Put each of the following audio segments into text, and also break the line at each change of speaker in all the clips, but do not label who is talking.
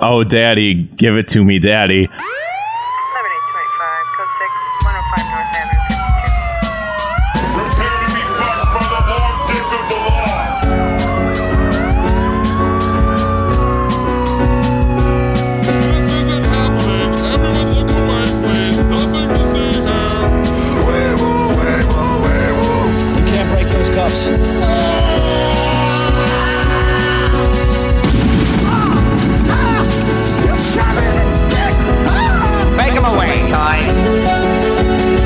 Oh, daddy, give it to me, daddy.
7825, code 6, 105 North Avenue, 52.
Prepare to be fucked by the long dick of the law.
This isn't happening. Everyone look away, please. Nothing to see here.
You can't break those cuffs.
Make him away, Ty.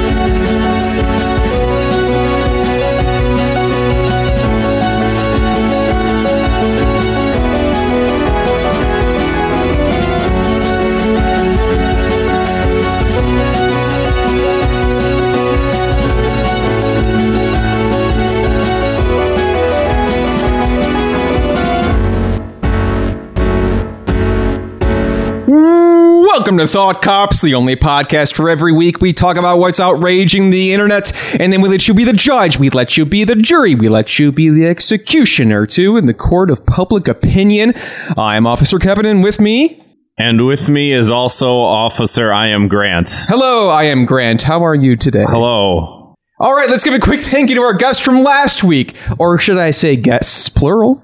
Welcome to Thought Cops, the only podcast for every week we talk about what's outraging the internet, and then we let you be the judge, we let you be the jury, we let you be the executioner too in the court of public opinion. I'm Officer Kevin, and with me,
And with me is also Officer I Am Grant.
hello, I am Grant. How are you today?
Hello.
All right, let's give a quick thank you to our guests from last week, or should I say guests plural?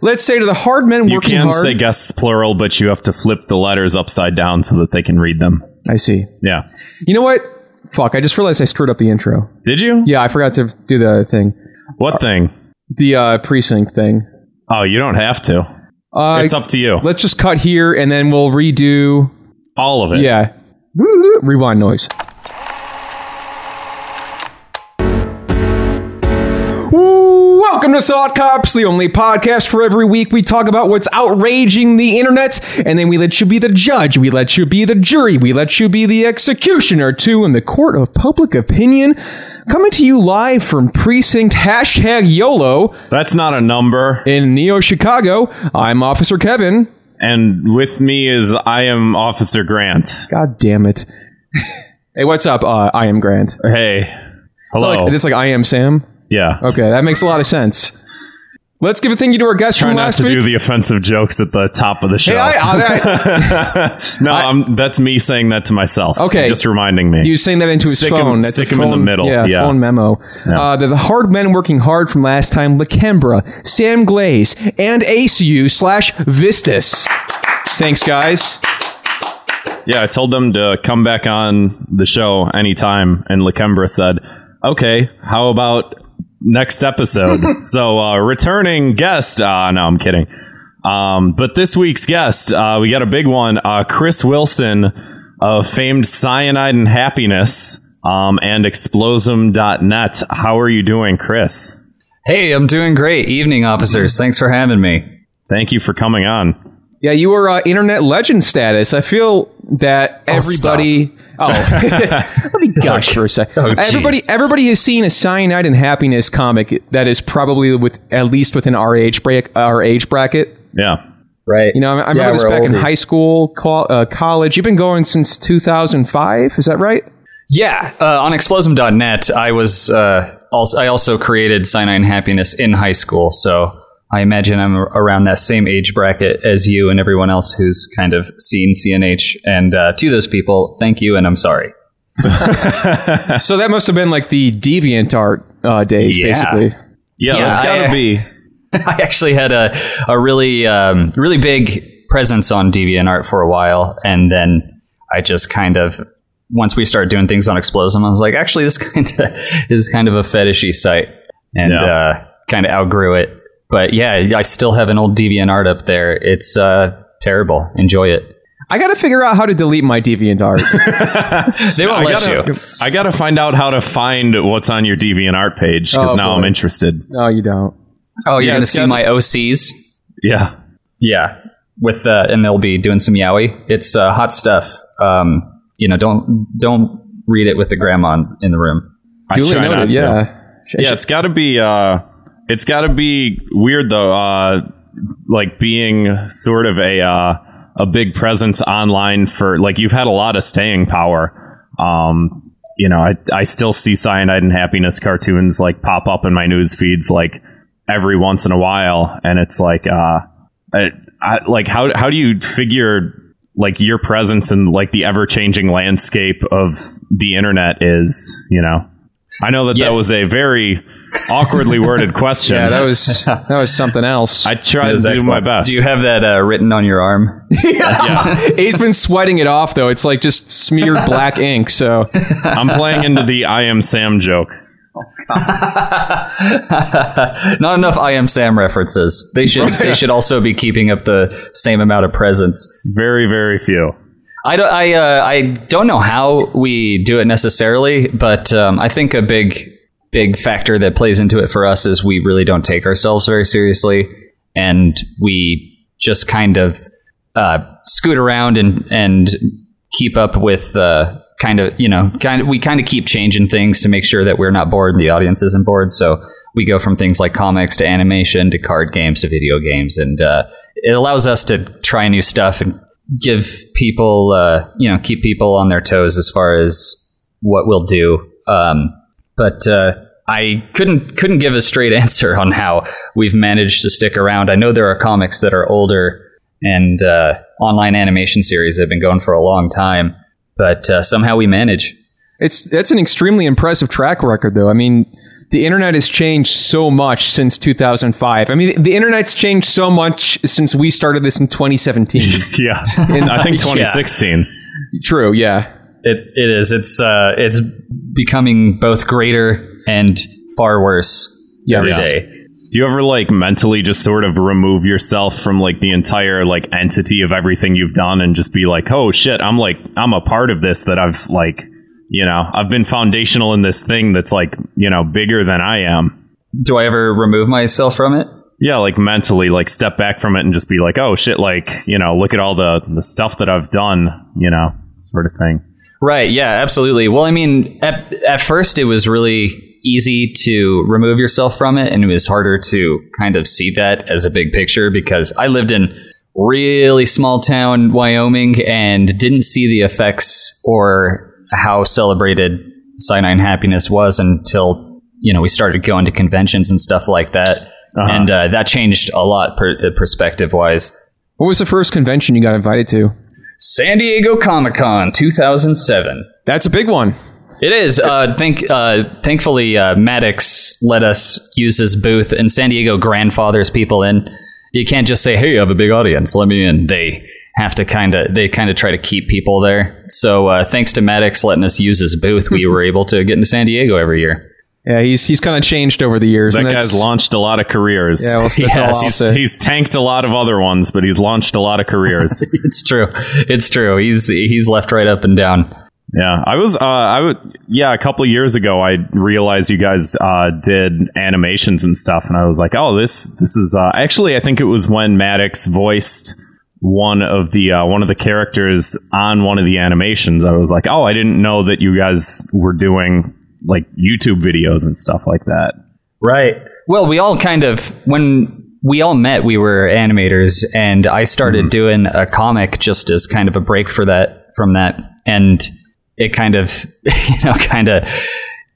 Let's say to the hard men
You
working
can
hard.
say guests plural, but you have to flip the letters upside down so that they can read them.
I see.
Yeah.
You know what? Fuck! I just realized I screwed up the intro.
Did you?
Yeah, I forgot to do the thing,
What thing?
the uh, precinct thing.
Oh, you don't have to.
Uh,
It's up to you.
Let's just cut here and then we'll redo.
All of it.
Yeah. Woo-woo, Rewind noise. Welcome to Thought Cops, the only podcast where every week we talk about what's outraging the internet, and then we let you be the judge, we let you be the jury, we let you be the executioner too in the court of public opinion. Coming to you live from precinct hashtag YOLO
That's not a number.
in Neo Chicago. I'm Officer Kevin.
And with me is I Am Officer Grant.
God damn it. hey, what's up? Uh, I am Grant.
Hey.
It's
Hello.
like, it's like I am Sam.
yeah.
Okay, that makes a lot of sense. Let's give a thank you to our guest
Try
from
not
last
to do
week.
the offensive jokes at the top of the show.
hey, I, I, I,
no, I, am that's me saying that to myself.
Okay.
Just reminding me.
he was saying that into his
Stick him-
phone. That's
stick
a
him in
phone,
the middle,
Yeah,
yeah.
phone memo. Uh, the, the hard men working hard from last time: Lakembra, Sam Glaze, and ACU slash Vistas. Thanks, guys.
Yeah, I told them to come back on the show anytime, and Lakembra said, "Okay, how about next episode?" so, uh, returning guest. Uh, no, I'm kidding. Um, but this week's guest, uh, we got a big one. Uh, Chris Wilson of famed Cyanide and Happiness um, and Explosum.net. How are you doing, Chris?
Hey, I'm doing great. Evening, officers. Thanks for having me.
Thank you for coming on.
Yeah, you were uh, internet legend status. I feel that everybody. Oh, let me gush for a second.
Oh,
geez.
everybody, everybody has seen a cyanide and happiness comic that is probably with at least within our age break, our age bracket.
Yeah.
Right.
You know, I, I remember this back in high school, co- uh, college. You've been going since 2005. Is that right?
Yeah, uh, on explosum.net, I was uh, also I also created Cyanide and Happiness in high school, so I imagine I'm ar- around that same age bracket as you and everyone else who's kind of seen CNH. And uh, to those people, thank you, and I'm sorry.
So that must have been like the deviant art uh, days,
Yeah.
basically.
Yeah,
Yeah,
it's gotta
I-
be.
I actually had a a really um, really big presence on DeviantArt for a while, and then I just kind of once we started doing things on Explosive, I was like, actually, this kind of is kind of a fetishy site, and
Yeah.
uh, kind of outgrew it. But yeah, I still have an old DeviantArt up there. It's uh, terrible. Enjoy it.
I got to figure out how to delete my deviant art.
They won't
I
let
gotta,
you.
I gotta find out how to find what's on your DeviantArt page because
Oh,
now
boy.
I'm interested.
no, you don't.
Oh, you're
Yeah,
gonna
it's
see
gotta-
my OCs.
Yeah.
Yeah, with uh, and they'll be doing some yaoi. It's uh, hot stuff. Um, you know, don't don't read it with the grandma in- in the room.
I
Duly
try not
noted.
to.
Yeah.
Yeah, it's gotta be. Uh, it's gotta be weird though. Uh, like being sort of a uh, a big presence online for like you've had a lot of staying power. Um, you know, I I still see cyanide and happiness cartoons like pop up in my news feeds like every once in a while, and it's like uh, I, I, like how how do you figure like your presence in like the ever changing landscape of the internet is? You know, I know that
Yeah.
that was a very awkwardly worded question.
Yeah, that was that was something else.
I tried to
That was
do my
excellent.
best.
Do you have that uh, written on your arm?
A's been sweating it off though. It's like just smeared black ink. So
I'm playing into the I am Sam joke.
Not enough. I am Sam references. They should. They should also be keeping up the same amount of presence.
Very very few.
I don't, I, uh, I don't know how we do it necessarily, but um, I think a big big factor that plays into it for us is we really don't take ourselves very seriously, and we just kind of uh, scoot around and and keep up with uh, kind of you know kind of, we kind of keep changing things to make sure that we're not bored and the audience isn't bored. So we go from things like comics to animation to card games to video games, and uh, it allows us to try new stuff and give people uh, you know keep people on their toes as far as what we'll do. Um, but uh, I couldn't couldn't give a straight answer on how we've managed to stick around. I know there are comics that are older and uh, online animation series that have been going for a long time, but uh, somehow we manage.
It's that's an extremely impressive track record, though. I mean, the internet has changed so much since 2005. I mean, the internet's changed so much since we started this in 2017.
Yeah, I think 2016.
True, yeah.
It it is it's uh, it's becoming both greater and far worse every
Yes.
day.
Do you ever like mentally just sort of remove yourself from like the entire like entity of everything you've done and just be like, oh shit, I'm like I'm a part of this that I've like you know I've been foundational in this thing that's like you know bigger than I am.
Do I ever remove myself from it?
Yeah, like mentally, like step back from it and just be like, oh shit, like you know, look at all the the stuff that I've done, you know, sort of thing.
Right. Yeah. Absolutely. Well, I mean, at, at first it was really easy to remove yourself from it, and it was harder to kind of see that as a big picture because I lived in really small town Wyoming and didn't see the effects or how celebrated Sinai happiness was until you know we started going to conventions and stuff like that, and uh, that changed a lot per- perspective wise.
What was the first convention you got invited to?
San Diego Comic Con 2007.
That's a big one.
It is. Uh, thank, uh, thankfully, uh, Maddox let us use his booth, and San Diego grandfathers people in. You can't just say, "Hey, I have a big audience. Let me in." They have to kind of they kind of try to keep people there. So, uh, thanks to Maddox letting us use his booth, we were able to get into San Diego every year.
Yeah, he's he's kind of changed over the years.
That
and that's-
guy's launched a lot of careers.
Yeah, well, that's all I'll
he's,
say.
he's tanked a lot of other ones, but he's launched a lot of careers.
It's true. It's true. He's he's left right up and down.
Yeah, I was. Uh, I would. Yeah, a couple of years ago, I realized you guys uh, did animations and stuff, and I was like, "Oh, this this is uh, actually." I think it was when Maddox voiced one of the uh, one of the characters on one of the animations. I was like, "Oh, I didn't know that you guys were doing like YouTube videos and stuff like that."
Right. Well, we all kind of when we all met, we were animators, and I started doing a comic just as kind of a break for that from that, and it kind of you know kind of.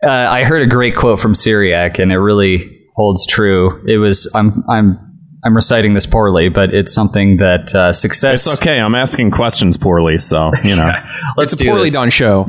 Uh, I heard a great quote from Syriac, and it really holds true. It was I'm I'm I'm reciting this poorly, but it's something that uh, success.
It's okay. I'm asking questions poorly, so you know.
Let's
it's a
do
poorly
this.
done show.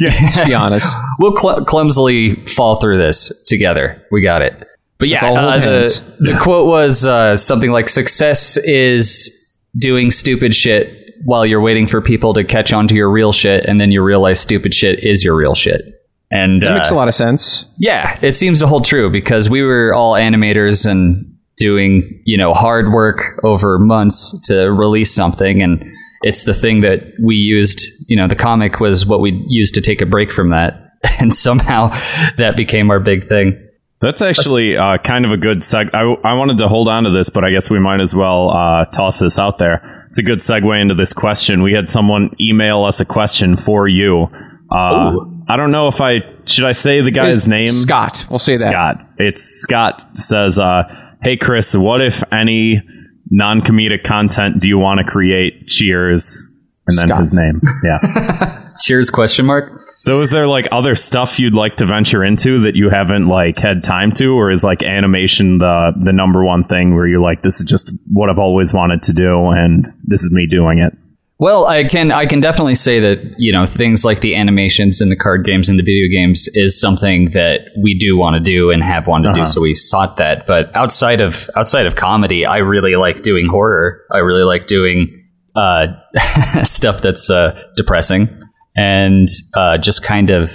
Let's be honest.
we'll cl- clumsily fall through this together. We got it. But yeah,
Let's all hold
uh,
hands.
the, the quote was uh, something like success is doing stupid shit while you're waiting for people to catch on to your real shit, and then you realize stupid shit is your real shit. And
That makes
uh,
a lot of sense.
yeah, it seems to hold true because we were all animators and doing, you know, hard work over months to release something and it's the thing that we used, you know, the comic was what we used to take a break from that and somehow that became our big thing.
That's actually uh, kind of a good seg. I, I wanted to hold on to this, but I guess we might as well uh, toss this out there. It's a good segue into this question. We had someone email us a question for you. Uh, I don't know if I should I say the guy's
It's
name.
Scott. We'll say that.
Scott. It's Scott says, uh, "Hey Chris, what if any non-comedic content do you want to create? Cheers, and then
Scott.
his name. Yeah.
Cheers? Question mark.
so is there like other stuff you'd like to venture into that you haven't like had time to, or is like animation the the number one thing where you're like, this is just what I've always wanted to do, and this is me doing it.
Well, I can I can definitely say that you know things like the animations and the card games and the video games is something that we do want to do and have wanted to do. So we sought that. But outside of outside of comedy, I really like doing horror. I really like doing uh, stuff that's uh, depressing and uh, just kind of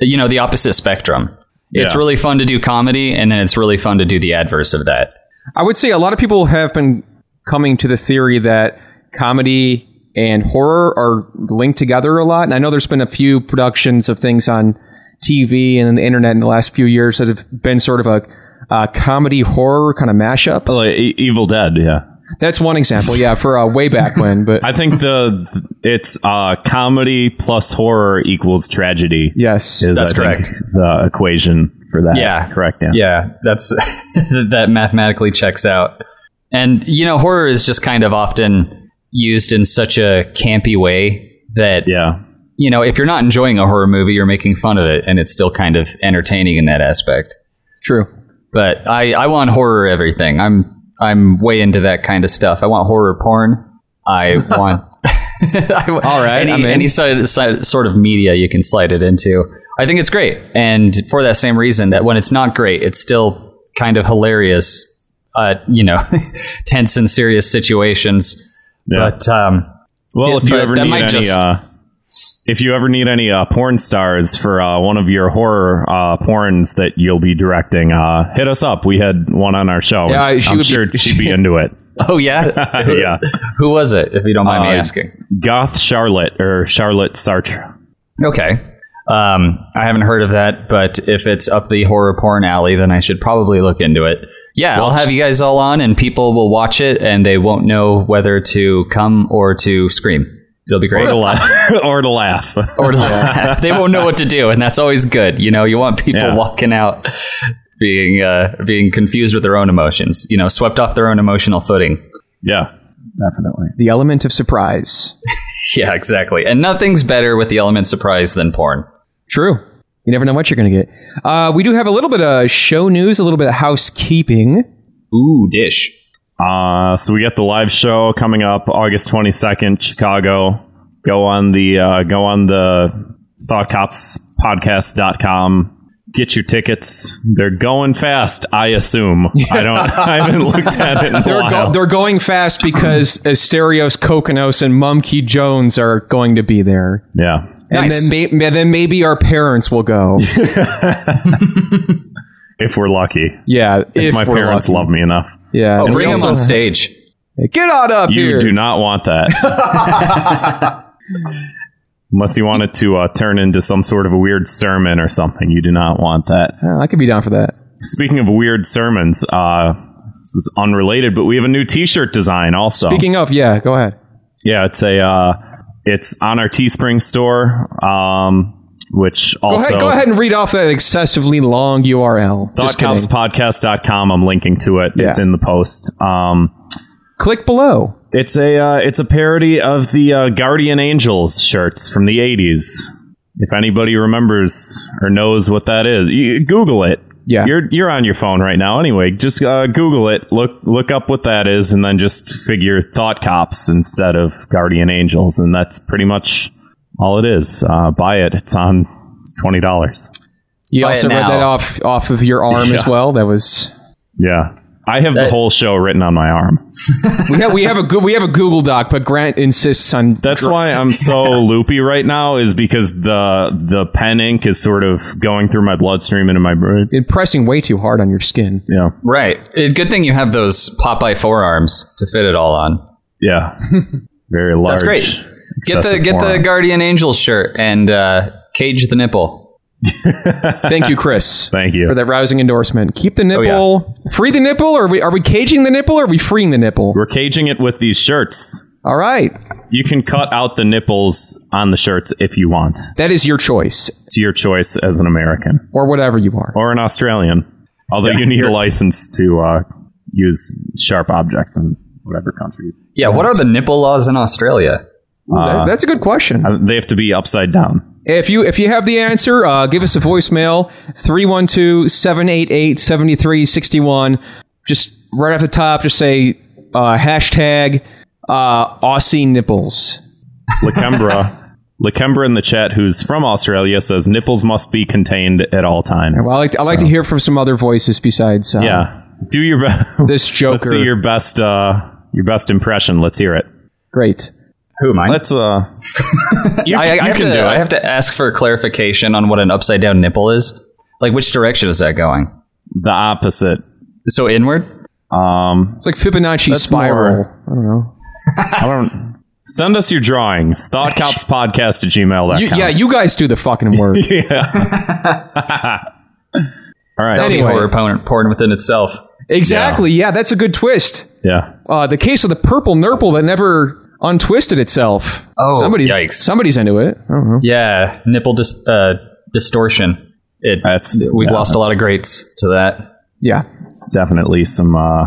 you know the opposite spectrum. It's
Yeah.
really fun to do comedy, and then it's really fun to do the adverse of that.
I would say a lot of people have been coming to the theory that comedy and horror are linked together a lot. And I know there's been a few productions of things on TV and the internet in the last few years that have been sort of a uh, comedy horror kind of mashup.
Like, E- Evil Dead, yeah.
That's one example, yeah, for uh, way back when. But
I think the it's uh, comedy plus horror equals tragedy.
yes,
is
That's
I think,
correct.
the equation for that.
Yeah.
correct. Yeah,
yeah that's that mathematically checks out and you know horror is just kind of often used in such a campy way that
yeah.
you know if you're not enjoying a horror movie you're making fun of it and it's still kind of entertaining in that aspect
true.
but i i want horror everything i'm i'm way into that kind of stuff i want horror porn i want All
right,
any,
I'm in.
any side, side, sort of media you can slide it into. I think it's great, and for that same reason, that when it's not great, it's still kind of hilarious. Uh, you know, tense and serious situations.
Yeah.
But um,
Well,
Yeah,
if you
but
ever
that
need
might
any,
just-
uh, if you ever need any uh, porn stars for uh, one of your horror uh, porns that you'll be directing, uh, hit us up. We had one on our show.
Yeah,
and
she
I'm
would be-
sure she'd be into it.
oh yeah,
yeah,
Who was it? If you don't mind me
Uh,
asking.
Goth Charlotte or Charlotte Sartre.
Okay. Um, I haven't heard of that, but if it's up the horror porn alley, then I should probably look into it. Yeah, I'll have you guys all on, and people will watch it, and they won't know whether to come or to scream. It'll be
Or
great.
to laugh. or to laugh.
Or to laugh. they won't know what to do, and that's always good. You know, you want people
Yeah.
walking out being uh, being confused with their own emotions. You know, swept off their own emotional footing.
yeah, definitely.
The element of surprise.
Yeah, exactly. And nothing's better with the element surprise than porn.
True. You never know what you're going to get. Uh, we do have a little bit of show news, a little bit of housekeeping.
Ooh, dish.
Uh, so we got the live show coming up August 22nd, Chicago. Go on the uh, go on the thoughtcopspodcast.com. Get your tickets. They're going fast, I assume. I don't I haven't looked at it in a
They're,
while.
go- they're going fast because Asterios, Kokonos, and Mumkey Jones are going to be there.
yeah.
And
Nice.
then, may- may- then maybe our parents will go.
If we're lucky.
Yeah, if,
My
we're
parents
lucky.
love me enough.
Yeah,
Oh,
And
bring
we
them
also-
on stage.
Get on up
You
here.
do not want that. Unless you want it to uh, turn into some sort of a weird sermon or something. You do not want that.
Oh, I could be down for that.
Speaking of weird sermons, uh, this is unrelated, but we have a new T-shirt design also.
Speaking of, yeah, go ahead.
yeah, it's a uh, it's on our Teespring store, um, which
Go,
also
ahead. go ahead and read off that excessively long URL. Just kidding.
thoughtcopspodcast.com. I'm linking to it. It's
Yeah.
in the post. Um,
Click below.
it's a uh, it's a parody of the uh, Guardian Angels shirts from the '80s. If anybody remembers or knows what that is, you, Google it.
Yeah.
you're you're on your phone right now. Anyway, just uh, Google it. Look look up what that is, and then just figure Thought Cops instead of Guardian Angels, and that's pretty much all it is. Uh, buy it. It's on. It's twenty dollars.
You
Buy it
also read
now.
that off off of your arm as
Yeah.
well. That was
Yeah, I have the
That-
whole show written on my arm.
we have we have a good we have a Google Doc, but Grant insists on
That's why I'm so loopy right now is because the the pen ink is sort of going through my bloodstream into my brain.
and pressing way too hard on your skin.
Yeah.
Right. It, Uh, good thing you have those Popeye forearms to fit it all on.
Yeah. Very large.
That's great. Get the
excessive
get the
forearms.
Guardian Angel shirt and uh, cage the nipple.
Thank you, Chris,
Thank you.
for that rousing endorsement. Keep the
Oh,
nipple, free the nipple. Or are we are we caging the nipple? Or are we freeing the nipple?
We're caging it with these shirts.
All right,
You can cut out the nipples on the shirts if you want.
that is your choice,
It's your choice as an American
or whatever you are.
or an Australian. Although you need a license to uh, use sharp objects in whatever countries.
Yeah. What are the nipple laws in Australia?
Uh,
That- that's a good question.
They have to be upside down.
If you if you have the answer, uh, give us a voicemail 312-788-7361. Just right off the top, just say uh, hashtag uh, Aussie nipples.
Lakembra. Lakembra in the chat, who's from Australia, says nipples must be contained at all times.
Well, I like to, I like to hear from some other voices besides uh,
yeah. Do your best.
this
Let's
Joker.
see your best uh, your best impression. Let's hear it.
Great.
Who am I?
Let's uh, you,
I, I,
you
have
can
to,
do it.
I have to ask for clarification on what an upside down nipple is. Like, which direction is that going?
the opposite.
So inward?
Um,
It's like Fibonacci spiral.
more- I don't. Send us your drawings. Thoughtcopspodcast at gmail.com.
You, yeah, you guys do the fucking work.
All right.
Anyway.
Or opponent porn within itself.
exactly. Yeah, that's a good twist.
Yeah.
Uh, the case of the purple nurple that never untwisted itself.
Oh,
Somebody,
yikes.
Somebody's into it. Oh, I
Hmm?
don't know.
Yeah, nipple dis- uh, distortion. It,
That's-
we've
yeah,
lost a lot
that's-
of greats to that.
Yeah.
It's definitely some uh,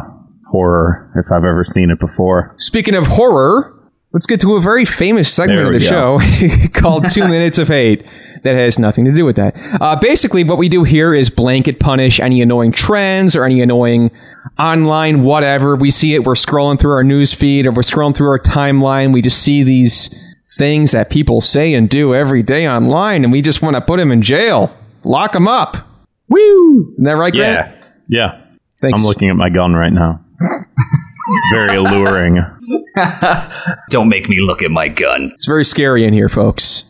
horror if I've ever seen it before.
Speaking of horror, let's get to a very famous segment
There
of the
we go.
show called Two Minutes of Hate that has nothing to do with that. Uh, basically, what we do here is blanket punish any annoying trends or any annoying online whatever. We see it, we're scrolling through our news feed or we're scrolling through our timeline. We just see these things that people say and do every day online, and we just want to put them in jail, lock them up. Woo! Isn't that right, Grant?
Yeah.
Thanks.
I'm looking at my gun right now. it's very alluring.
Don't make me look at my gun.
It's very scary in here, folks.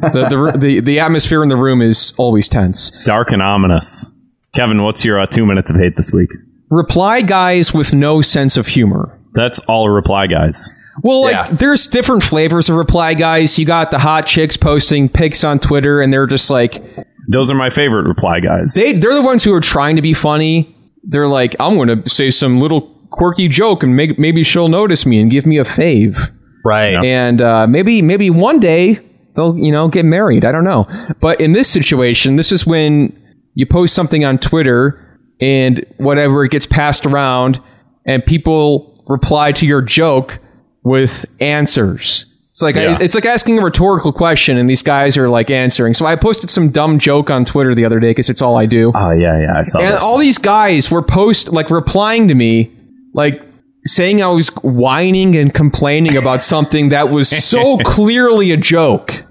the, the, ru- the the atmosphere in the room is always tense.
Dark and ominous. Kevin, what's your uh, two minutes of hate this week?
Reply guys with no sense of humor.
That's all reply, guys.
Well, like
Yeah.
there's different flavors of reply guys. You got the hot chicks posting pics on Twitter, and they're just like
Those are my favorite reply, guys.
they they're the ones who are trying to be funny. They're like, I'm going to say some little quirky joke, and make, maybe she'll notice me and give me a fave.
Right.
and uh, maybe maybe one day they'll you know get married. I don't know. But in this situation, this is when you post something on Twitter and whatever it gets passed around, and people reply to your joke with answers. It's like
Yeah.
it's like asking a rhetorical question, and these guys are like answering. So I posted some dumb joke on Twitter the other day because it's all I do.
oh, yeah, yeah. I saw
And
this.
all these guys were post like replying to me, like saying I was whining and complaining about something that was so clearly a joke.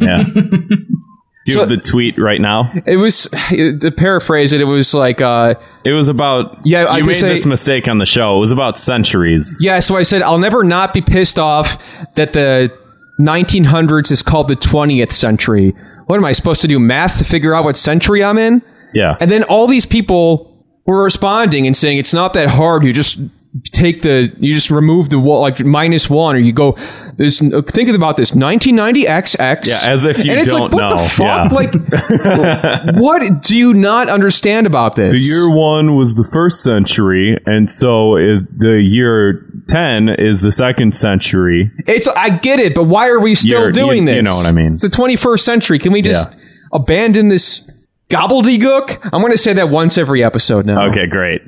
yeah. Do you
So-
have the tweet right now?
It was to paraphrase it, it was like, uh,
It was about
Yeah,
You
I
made
just say-
this mistake on the show. It was about centuries.
yeah. So I said I'll never not be pissed off that the 1900s is called the 20th century. What am I supposed to do math to figure out what century I'm in?
Yeah,
And then all these people were responding and saying it's not that hard. You just take the you just remove the wall like minus one or you go this think about this 1990 xx
Yeah, as if you
and it's like
don't
what
know.
the fuck
Yeah.
like what do you not understand about this
the year one was the first century, and so it, the year ten is the second century.
It's I get it, but why are we still
You're-
doing
you-
this?
you know what I mean.
It's the 21st century. Can we just
Yeah.
abandon this gobbledygook? I'm going to say that once every episode now.
Okay, great.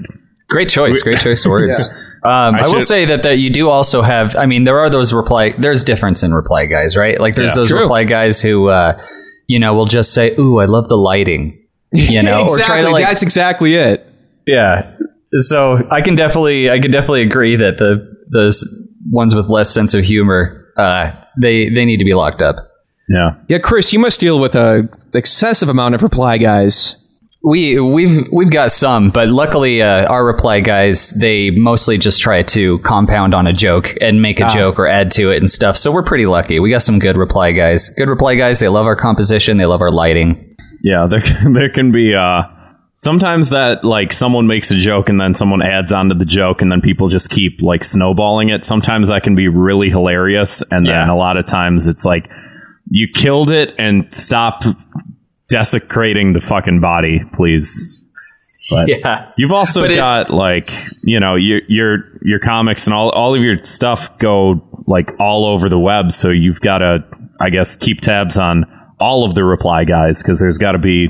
Great choice. Great choice of words. Um, I, will
should-
say that, that you do also have. I mean, there are those reply. There's difference in reply guys, right? Like there's
Yeah.
those
True.
reply guys who, uh, you know, will just say, "Ooh, I love the lighting," you know,
exactly.
or try to like,
That's exactly it.
yeah. So I can definitely, I can definitely agree that the the s- ones with less sense of humor, uh, they they need to be locked up.
Yeah,
Yeah, Chris, you must deal with a excessive amount of reply guys.
We we've we've got some, but luckily uh, our reply guys they mostly just try to compound on a joke and make a joke or add to it and stuff. So we're pretty lucky. We got some good reply guys. Good reply guys. They love our composition. They love our lighting.
yeah. There, can- there can be uh, sometimes that like someone makes a joke and then someone adds on to the joke, and then people just keep like snowballing it. Sometimes that can be really hilarious, and then
Yeah.
a lot of times it's like you killed it and stop desecrating the fucking body, please. But
Yeah.
You've also
But it-
got like you know your your your comics and all all of your stuff go like all over the web, so you've got to I guess keep tabs on all of the reply guys because there's got to be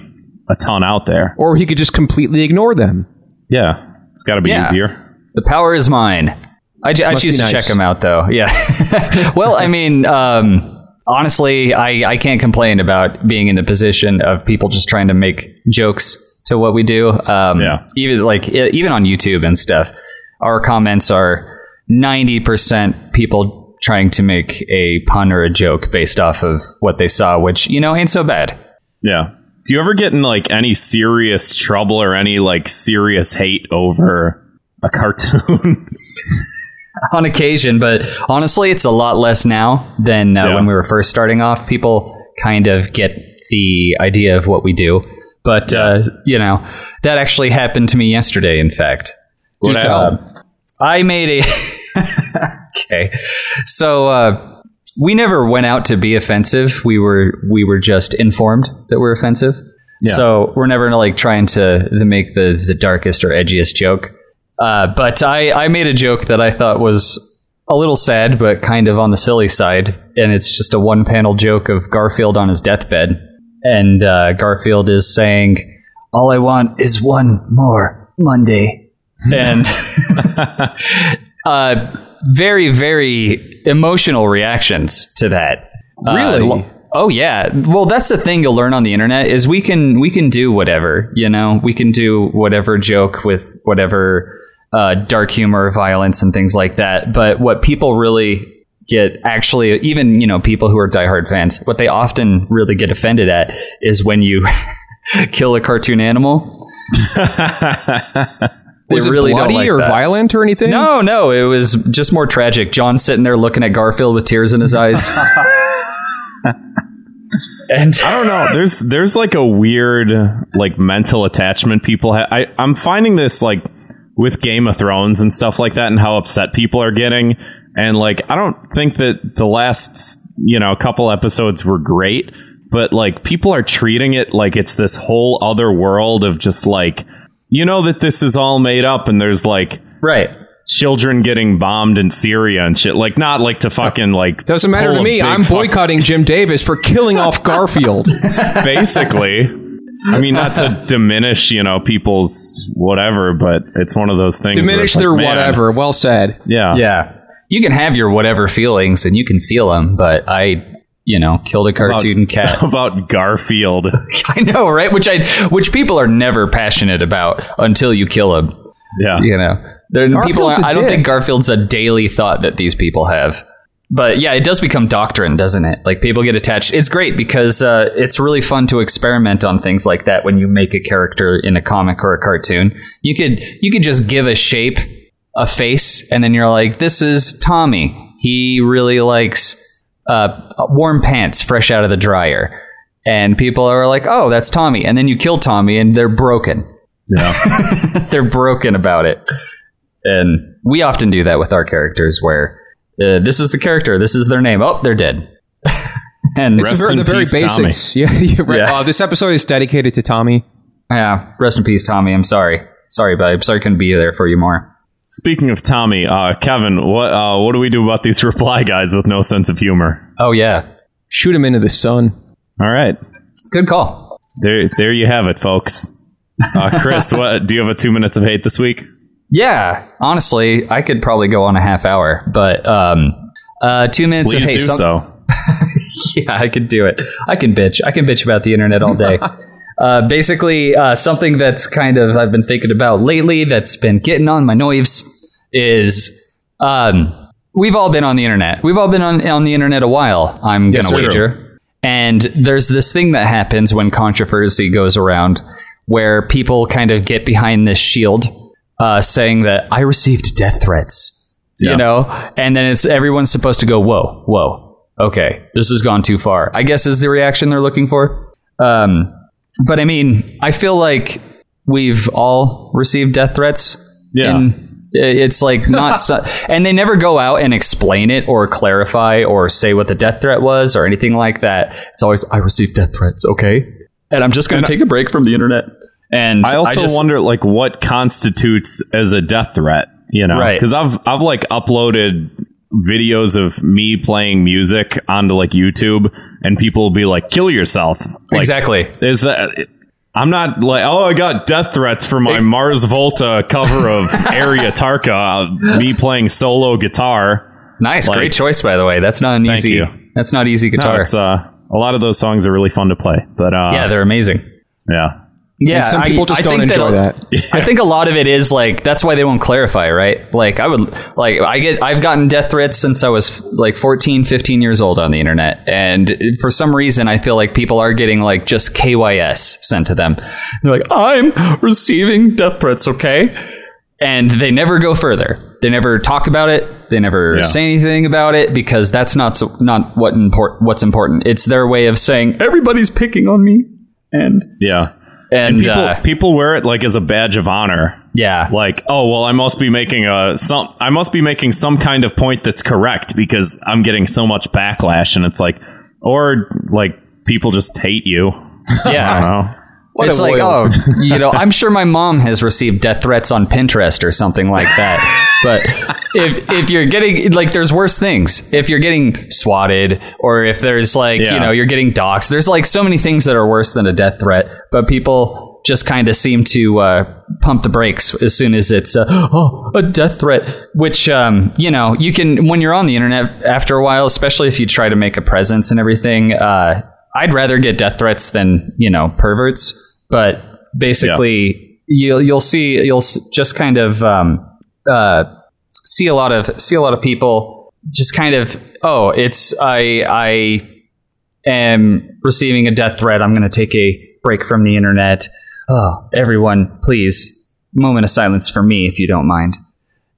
a ton out there.
Or he could just completely ignore them.
Yeah, it's got to be
Yeah.
easier.
The power is mine. I, ju- I
Must
choose
be
to
nice.
check them out though. Yeah. well, I mean, um, honestly, I, I can't complain about being in the position of people just trying to make jokes to what we do. Um,
Yeah.
Even like e- even on YouTube and stuff, our comments are ninety percent people trying to make a pun or a joke based off of what they saw, which you know ain't so bad.
Yeah. Do you ever get in like any serious trouble or any like serious hate over a cartoon?
on occasion, but honestly, it's a lot less now than uh,
Yeah.
when we were first starting off. People kind of get the idea of what we do, but uh, you know that actually happened to me yesterday. In fact,
Do
What
tell.
I, I made a okay. So uh, we never went out to be offensive. We were we were just informed that we're offensive. So we're never like trying to, to make the, the darkest or edgiest joke. Uh, but I, I made a joke that I thought was a little sad, but kind of on the silly side. And it's just a one panel joke of Garfield on his deathbed. And uh, Garfield is saying, All I want is one more Monday. And uh, very, very emotional reactions to that.
Really?
Uh, lo- oh yeah. Well, that's the thing you'll learn on the internet is we can we can do whatever you know. We can do whatever joke with whatever uh, dark humor, violence, and things like that. But what people really get actually, even you know, people who are diehard fans, what they often really get offended at is when you kill a cartoon animal. They
Was it
really don't
bloody
like
or
that.
violent or anything?
No, no, it was just more tragic. John sitting there looking at Garfield with tears in his eyes. and
I don't know. There's there's like a weird like mental attachment people have. I I'm finding this like with Game of Thrones and stuff like that, and how upset people are getting. And like, I don't think that the last you know couple episodes were great, but like people are treating it like it's this whole other world of just like you know that this is all made up, and there's like
right.
children getting bombed in Syria and shit. Like, not like to fucking like
Doesn't matter
pull
to
a
me.
big
I'm
fuck-
boycotting Jim Davis for killing off Garfield.
basically. I mean, not to diminish, you know, people's whatever, but it's one of those things. where
Diminish
it's like,
their
man,
whatever. Well said.
Yeah,
Yeah. You can have your whatever feelings and you can feel them, but I, you know, killed a
About-
cartoon cat.
about Garfield.
I know, right? Which I which people are never passionate about until you kill them,
Yeah,
you know. They're, people
Garfield's
are,
a
I don't think
dick.
Garfield's a daily thought that these people have. But yeah, it does become doctrine, doesn't it? Like people get attached. It's great because uh, it's really fun to experiment on things like that when you make a character in a comic or a cartoon. You could you could just give a shape, a face, and then you're like, this is Tommy. He really likes uh, warm pants fresh out of the dryer. And people are like, oh, that's Tommy. And then you kill Tommy and they're broken. they're broken about it. And we often do that with our characters where uh, this is the character, this is their name. Oh, they're dead. and
Rest
Ver-
in
the very
peace,
basics. Yeah, you're right.
Yeah.
Uh, this episode is dedicated to Tommy.
yeah, rest in peace, Tommy. I'm sorry. Sorry, buddy. I'm sorry I couldn't be there for you more.
Speaking of Tommy, uh, Kevin, what uh, what do we do about these reply guys with no sense of humor?
Oh, yeah.
Shoot him into the sun.
All right,
Good call.
there there you have it, folks. Uh, Chris, what do you have a two minutes of hate this week?
Yeah, honestly, I could probably go on a half hour, but um, uh, two minutes
Please
of hey,
do
some-
so.
yeah, I could do it. I can bitch. I can bitch about the internet all day. uh, basically, uh, something that's kind of I've been thinking about lately that's been getting on my nerves is um, we've all been on the internet. We've all been on on the internet a while. I'm
Yes,
gonna
sir.
wager. And there's this thing that happens when controversy goes around where people kind of get behind this shield uh, saying that I received death threats you
Yeah.
know and then it's everyone's supposed to go whoa whoa okay this has gone too far i guess is the reaction they're looking for um, but i mean i feel like we've all received death threats
Yeah.
in, it's like not so, and they never go out and explain it or clarify or say what the death threat was or anything like that it's always i received death threats okay and i'm just going to take a break from the internet and
I also
just-
wonder like what constitutes as a death threat, you know?
Right.
Because I've I've like uploaded videos of me playing music onto like YouTube, and people will be like, "Kill yourself." Like,
exactly
Is that? I'm not like, oh, I got death threats for my Mars Volta cover of Area Tarka, uh, me playing solo guitar.
Nice,
Like-
great choice by the way. That's not an easy.
you.
That's not easy
No,
guitar.
it's, uh, a lot of those songs are really fun to play, but uh,
yeah, they're amazing.
yeah.
Yeah,
some people just don't
think
enjoy that.
I think a lot of it is like that's why they won't clarify, right? Like I would like I get I've gotten death threats since I was like 14, 15 years old on the internet. And for some reason I feel like people are getting like just KYS sent to them. They're like, "I'm receiving death threats, okay?" And they never go further. They never talk about it. They never
Yeah.
say anything about it because that's not so, not what import, what's important. It's their way of saying everybody's picking on me. And
Yeah.
and,
People,
uh,
people wear it like as a badge of honor.
yeah,
Like, oh well, I must be making a some. I must be making some kind of point that's correct because I'm getting so much backlash, and it's like, or like people just hate you. I
yeah.
don't know.
it's
a
like,
loyal-
oh, you know, I'm sure my mom has received death threats on Pinterest or something like that. but if if you're getting like, there's worse things. If you're getting swatted, or if there's like,
Yeah.
you know, you're getting doxxed. There's like so many things that are worse than a death threat. But people just kind of seem to uh, pump the brakes as soon as it's uh, oh a death threat. Which um, you know, you can when you're on the internet after a while, especially if you try to make a presence and everything. Uh, I'd rather get death threats than you know perverts. But basically, you'll you'll see you'll s- just kind of um, uh, see a lot of see a lot of people just kind of oh it's I I am receiving a death threat. I'm going to take a break from the internet. Oh, everyone, please moment of silence for me if you don't mind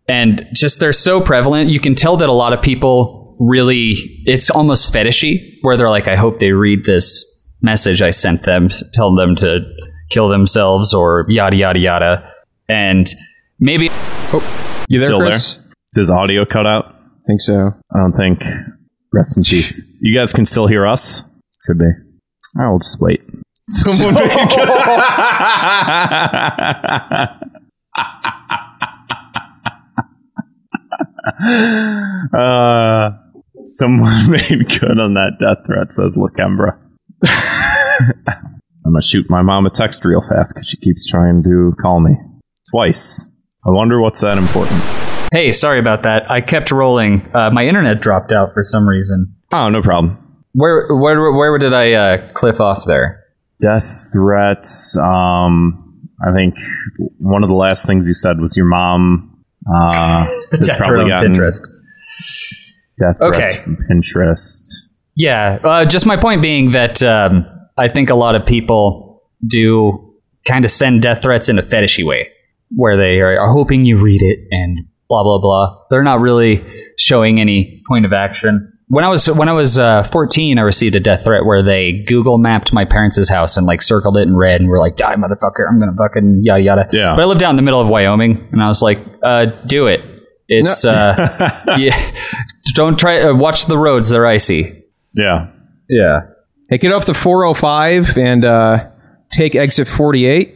and just they're so prevalent. You can tell that a lot of people really, it's almost fetishy, where they're like, I hope they read this message I sent them, tell them to kill themselves or yada, yada, yada. And maybe,
You there,
Still there?
Chris?
Does audio cut out?
I think so.
I don't think. Rest in peace. You guys can still hear us. Could be. I'll just wait. Someone make uh, someone made good on that death threat. Says Lakembra. I'm gonna shoot my mom a text real fast because she keeps trying to call me twice. I wonder what's that important.
hey, sorry about that. I kept rolling. Uh, my internet dropped out for some reason.
Oh, no problem.
Where, where, where did I uh, cliff off there?
death threats. Um, I think one of the last things you said was your mom. Uh, has probably
on
gotten
Pinterest.
Death
Okay.
threats from Pinterest.
Yeah. Uh, just my point being that um, I think a lot of people do kind of send death threats in a fetishy way, where they are, are hoping you read it and blah blah blah. They're not really showing any point of action. When I was when I was uh, 14, I received a death threat where they Google mapped my parents' house and like circled it in red and were like, "Die, motherfucker! I'm gonna fucking yada yada."
Yeah.
But I lived down in the middle of Wyoming, and I was like, uh, "Do it." It's uh, yeah. Don't try. Uh, watch the roads; they're icy.
Yeah.
Yeah.
Hey, get off the 405 and uh, take exit 48,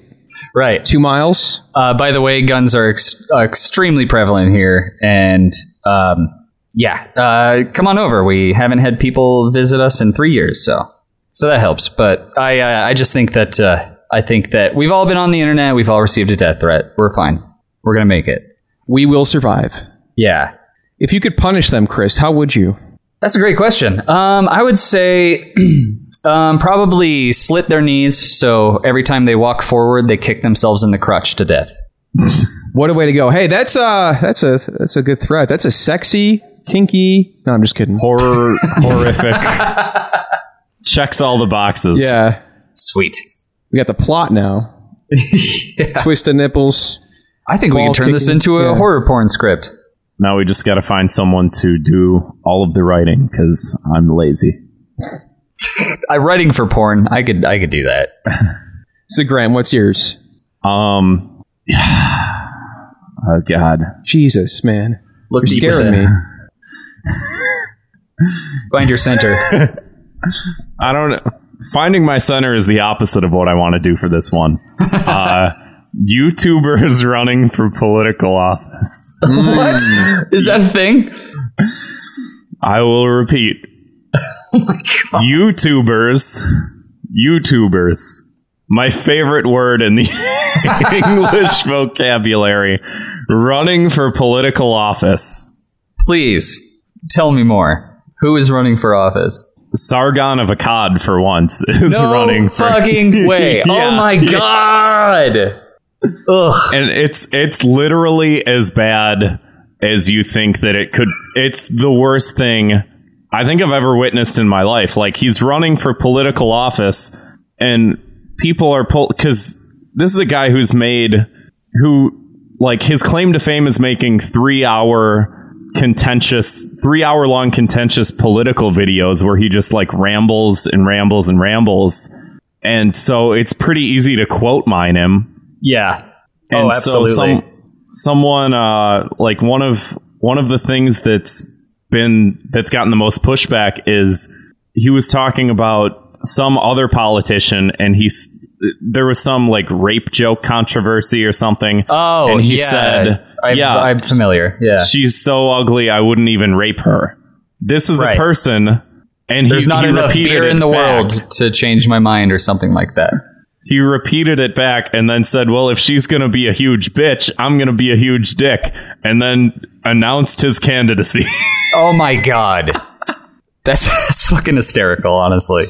Right.
two miles.
Uh, by the way, guns are ex- uh, extremely prevalent here, and um, yeah, uh, come on over. We haven't had people visit us in three years, so so that helps. But I uh, I just think that uh, I think that we've all been on the internet. We've all received a death threat. We're fine. We're gonna make it.
We will survive.
Yeah.
If you could punish them, Chris, how would you?
That's a great question. Um, I would say um, probably slit their knees so every time they walk forward, they kick themselves in the crutch to death.
What a way to go! Hey, that's uh that's a that's a good threat. That's a sexy, kinky. No, I'm just kidding.
Horror, horrific. Checks all the boxes.
Yeah,
Sweet.
we got the plot now. Twisted nipples.
I think we
Ball
can turn this
kicking,
into a
yeah.
horror porn script.
Now we just got to find someone to do all of the writing because I'm lazy.
I'm Uh, writing for porn. I could I could do that.
So, Graham, what's yours?
Um. Oh God.
Jesus, man,
Look
you're scaring me.
Find your center.
I don't. Finding my center is the opposite of what I want to do for this one. uh, YouTubers running for political office.
what is that a thing?
I will repeat. YouTubers, YouTubers my favorite word in the English vocabulary running for political office.
Please tell me more. Who is running for office?
Sargon of Akkad, for once, is running for.
fucking way!
Yeah.
Oh my god! Ugh.
and it's it's literally as bad as you think that it could it's the worst thing i think i've ever witnessed in my life like he's running for political office and people are because this is a guy who's made who like his claim to fame is making three hour contentious three hour long contentious political videos where he just like rambles and rambles and rambles and so it's pretty easy to quote mine him
Yeah.
and
oh, absolutely.
so some, someone uh, like one of one of the things that's been that's gotten the most pushback is he was talking about some other politician and he's there was some like rape joke controversy or something
oh,
and he
yeah.
said
I'm,
yeah
I'm familiar. Yeah.
she's so ugly I wouldn't even rape her this is
Right.
a person and
There's
he's
not
he
enough
repeated
beer
it
in the
back.
world to change my mind or something like that.
he repeated it back and then said, "Well, if she's going to be a huge bitch, I'm going to be a huge dick," and then announced his candidacy.
Oh my god. That's that's fucking hysterical, honestly.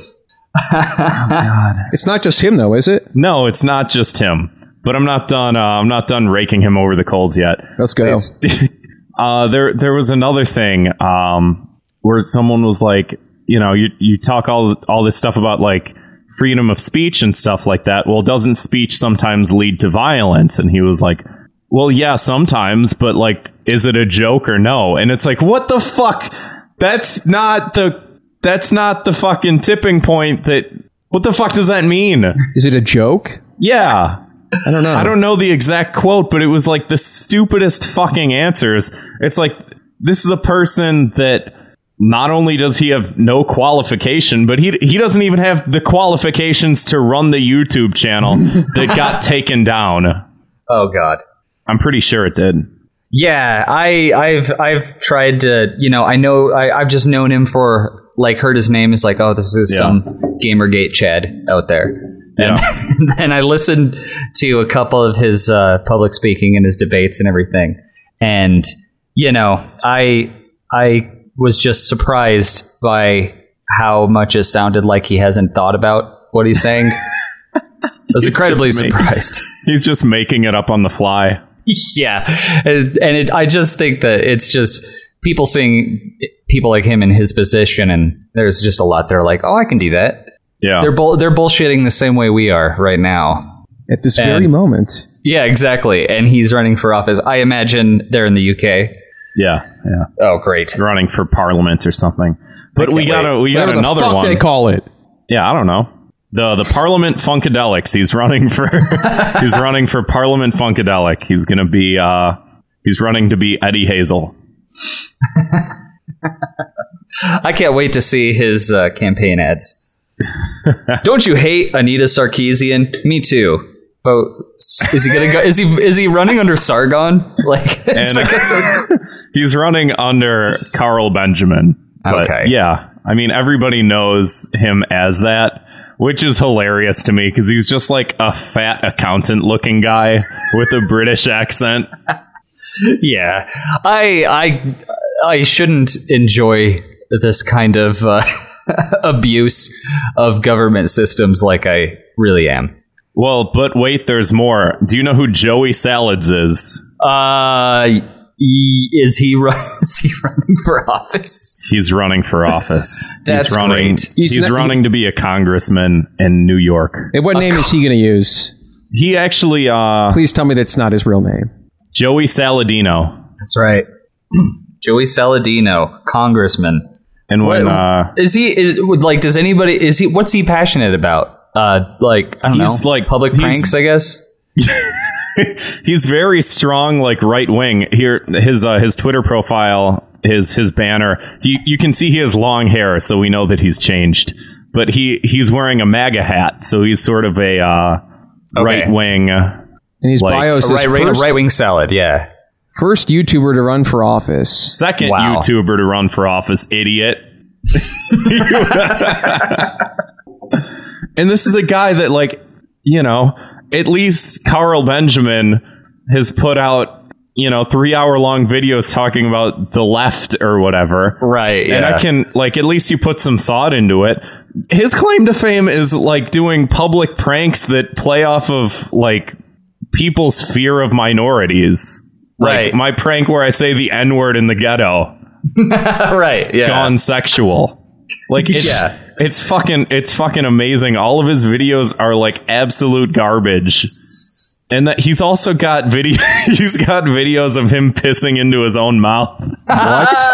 It's not just him, though, is it?
no, it's not just him, but I'm not done. Uh, I'm not done raking him over the coals yet.
Let's go.
Uh, there, there was another thing um, where someone was like, you know, you you talk all all this stuff about like freedom of speech and stuff like that. Well, doesn't speech sometimes lead to violence? And he was like, well, yeah, sometimes, but like, is it a joke or no? And it's like, what the fuck? That's not the that's not the fucking tipping point. That what the fuck does that mean?
Is it a joke?
Yeah.
I don't know.
I don't know the exact quote, but it was like the stupidest fucking answers. It's like this is a person that not only does he have no qualification, but he he doesn't even have the qualifications to run the YouTube channel that got taken down.
Oh god.
I'm pretty sure it did.
Yeah, I I've I've tried to, you know, I know I I've just known him for like heard his name is like, oh, this is
Yeah.
some Gamergate Chad out there.
Yeah.
and I listened to a couple of his uh, public speaking and his debates and everything. And you know, I I was just surprised by how much it sounded like he hasn't thought about what he's saying. I
It's
was
just
incredibly
me.
surprised.
He's just making it up on the fly.
yeah, and, and it, I just think that it's just people seeing people like him in his position, and there's just a lot. They're like, oh, I can do that.
Yeah.
They're bull- they're bullshitting the same way we are right now.
At this very moment,
Yeah, exactly. And he's running for office. I imagine they're in the UK.
yeah. Yeah.
Oh, great.
Running for parliament or something. But
can't
we got to we got
whatever the
another
fuck
one.
they call it.
Yeah, I don't know. The the Parliament Funkadelics. He's running for he's running for Parliament Funkadelic. He's gonna be uh he's running to be Eddie Hazel.
I can't wait to see his uh, campaign ads. Don't you hate Anita Sarkeesian? Me too. Vote. Is he gonna go? Is he is he running under Sargon? Like,
And-
it's like it's-
He's running under Carl Benjamin. But
Okay.
yeah. I mean everybody knows him as that, which is hilarious to me because he's just like a fat accountant looking guy with a British accent.
yeah. I I I shouldn't enjoy this kind of uh, abuse of government systems like I really am.
Well, but wait, there's more. Do you know who Joey Salads is?
Uh, y- is he ru- is he running for office?
He's running for office.
That's
he's running.
great.
He's,
He's not-
running to be a congressman in New York.
And what name is he going to use?
He actually, uh,
Please tell me that's not his real name.
Joey Saladino.
That's right. Joey Saladino, congressman.
And when uh,
Is he is, would, like? Does anybody is he? What's he passionate about? Uh, like I don't
He's,
know,
like,
public
he's-
pranks, I guess.
he's very strong, like right wing. Here, his uh, his Twitter profile, his his banner. He, you can see he has long hair, so we know that he's changed. But he he's wearing a MAGA hat, so he's sort of a uh,
Okay.
right wing.
And his
Like,
bio says
Right, right,
first,
right wing salad. Yeah.
first YouTuber to run for office.
Second
Wow.
YouTuber to run for office, idiot. and this is a guy that like you know, at least Carl Benjamin has put out, you know, three hour long videos talking about the left or whatever.
Right.
And
yeah.
I can, like, at least you put some thought into it. His claim to fame is, like, doing public pranks that play off of, like, people's fear of minorities. Like,
Right.
my prank where I say the N word in the ghetto,
right. Yeah.
gone sexual. Like, it's,
Yeah.
it's fucking, it's fucking amazing. All of his videos are, like, absolute garbage. And that he's also got video. he's got videos of him pissing into his own mouth.
That's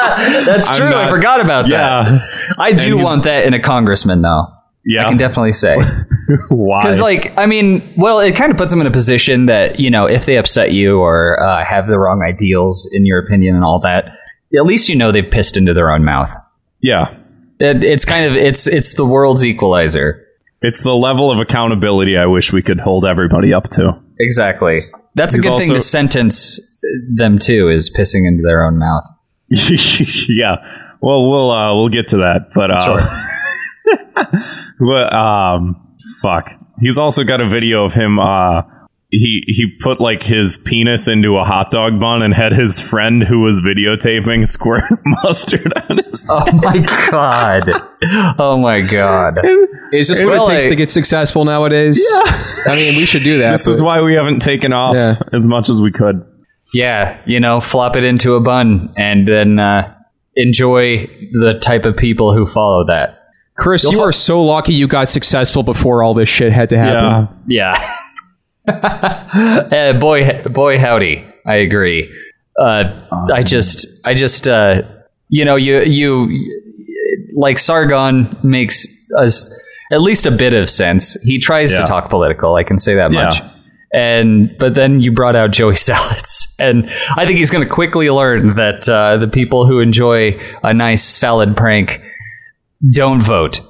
I'm
true. I
not-
forgot about that.
Yeah,
I do
he's- Oh.
want that in a congressman, though.
yeah.
I can definitely say.
Why?
Because, like, I mean, well, it kind of puts them in a position that, you know, if they upset you or uh, have the wrong ideals in your opinion and all that, at least you know they've pissed into their own mouth.
yeah.
It, it's kind of, it's it's the world's equalizer.
It's the level of accountability I wish we could hold everybody up to.
Exactly. That's a
He's
good thing to
also-
sentence them to is pissing into their own mouth.
yeah. Well, we'll uh, we'll get to that, but uh, but, um, fuck. He's also got a video of him. Uh, he he put like his penis into a hot dog bun and had his friend who was videotaping squirt mustard on his.
Oh my god. Oh my god.
Is this what
Well,
it takes
I-
to get successful nowadays? I mean, we should do that.
This is
but-
why we haven't taken off
Yeah.
as much as we could.
Yeah, you know, flop it into a bun and then uh, enjoy the type of people who follow that.
Chris, you
fu-
are so lucky you got successful before all this shit had to happen.
Yeah.
Yeah. Eh, boy, boy, howdy. I agree. Uh, I just, I just, uh, you know, you, you, like Sargon makes us at least a bit of sense. He tries to
Yeah.
talk political. I can say that
Yeah.
much. And but then you brought out Joey Salads, and I think he's going to quickly learn that uh, the people who enjoy a nice salad prank don't vote.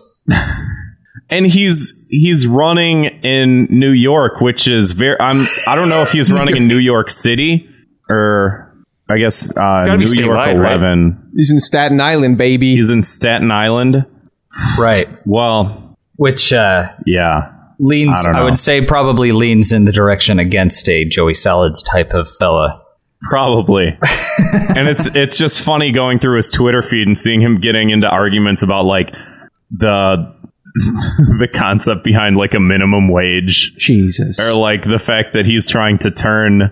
and he's he's running in New York, which is very. I'm I don't know if he's running in New York City or I guess uh,
gotta
New
be
York
statewide, right?
Eleven.
He's in Staten Island, baby.
He's in Staten Island.
Right.
Well,
Which uh,
yeah,
leans
I don't
I,
know.
would say probably leans in the direction against a Joey Salads type of fella.
probably. and it's it's just funny going through his Twitter feed and seeing him getting into arguments about like the the concept behind like a minimum wage.
Jesus.
or like the fact that he's trying to turn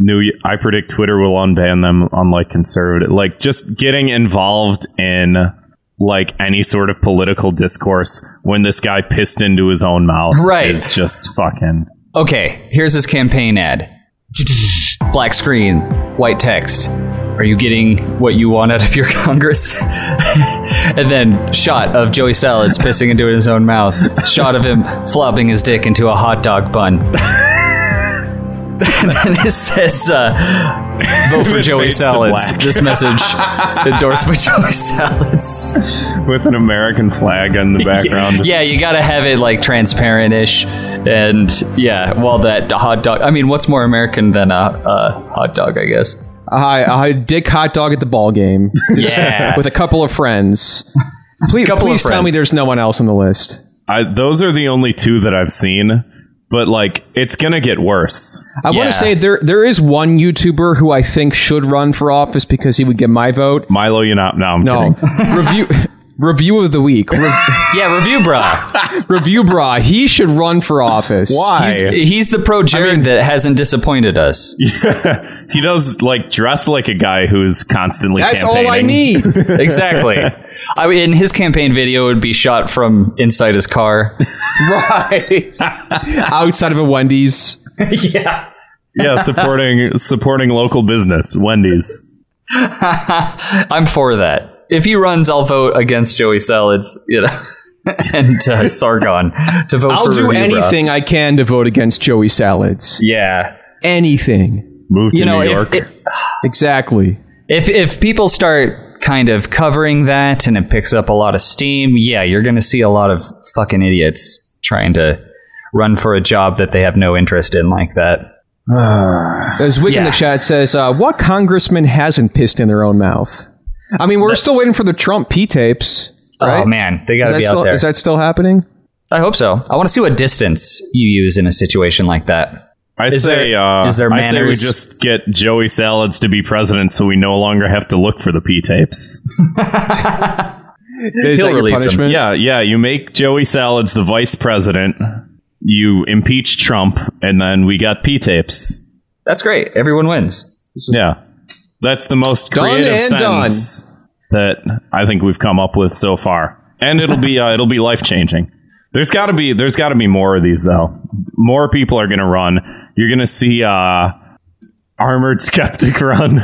new i predict twitter will unban them on like conservative like just getting involved in like any sort of political discourse when this guy pissed into his own mouth
Right.
is just fucking
Okay, here's his campaign ad. Black screen, white text. Are you getting what you want out of your Congress? and then shot of Joey Salads pissing into his own mouth. Shot of him flopping his dick into a hot dog bun. and then it says, uh, "Vote for
It
Joey
fades to
Salads."
black.
This message endorsed by Joey Salads.
with an american flag in the background
Yeah, you gotta have it like transparent-ish, and yeah, well, that hot dog. I mean, what's more American than a, a hot dog? I guess.
I, I dick hot dog at the ball game
Yeah.
with a couple of friends. Please,
Couple of
please tell me
friends.
there's no one else on the list.
I, those are the only two that i've seen but like it's gonna get worse
I want
Yeah.
to say there there is one YouTuber who I think should run for office because he would get my vote.
milo you not now i'm
No
kidding
review review of the week Re-
yeah, review bra.
review bra. He should run for office.
why
He's, he's the pro Jared that hasn't disappointed us.
he does like dress like a guy who's constantly
That's all I
campaigning.
need.
Exactly. I mean, in his campaign video would be shot from inside his car.
right. Outside of a Wendy's.
yeah.
yeah, supporting supporting local business, Wendy's.
I'm for that. If he runs, I'll vote against Joey Salads. You know. and uh, Sargon to vote
I'll
for
do
Review Bra.
anything I can to vote against Joey Salads.
Yeah.
Anything.
Move to
You know,
New
if-
York.
if-
Exactly.
if if people start kind of covering that and it picks up a lot of steam, yeah, you're going to see a lot of fucking idiots trying to run for a job that they have no interest in like that.
As Wick in
Yeah.
the chat says, uh, what congressman hasn't pissed in their own mouth? I mean, we're still waiting for the Trump P tapes. Right?
Oh man, they got
Is
to
that,
be
still,
out there.
is that still happening?
I hope so. I want to see what distance you use in a situation like that.
I
Is
say,
there-
uh,
is there
I say we
manners?
just get Joey Salads to be president, so we no longer have to look for the P tapes.
Is that your
release him.
punishment?
Yeah, yeah. You make Joey Salads the vice president. You impeach Trump, and then we got P tapes.
That's great. Everyone wins.
Yeah, that's the most
Done
creative
and done.
sentence that I think we've come up with so far, and it'll be uh, it'll be life changing. There's got to be there's got to be more of these though. More people are going to run. You're going to see uh, armored skeptic run.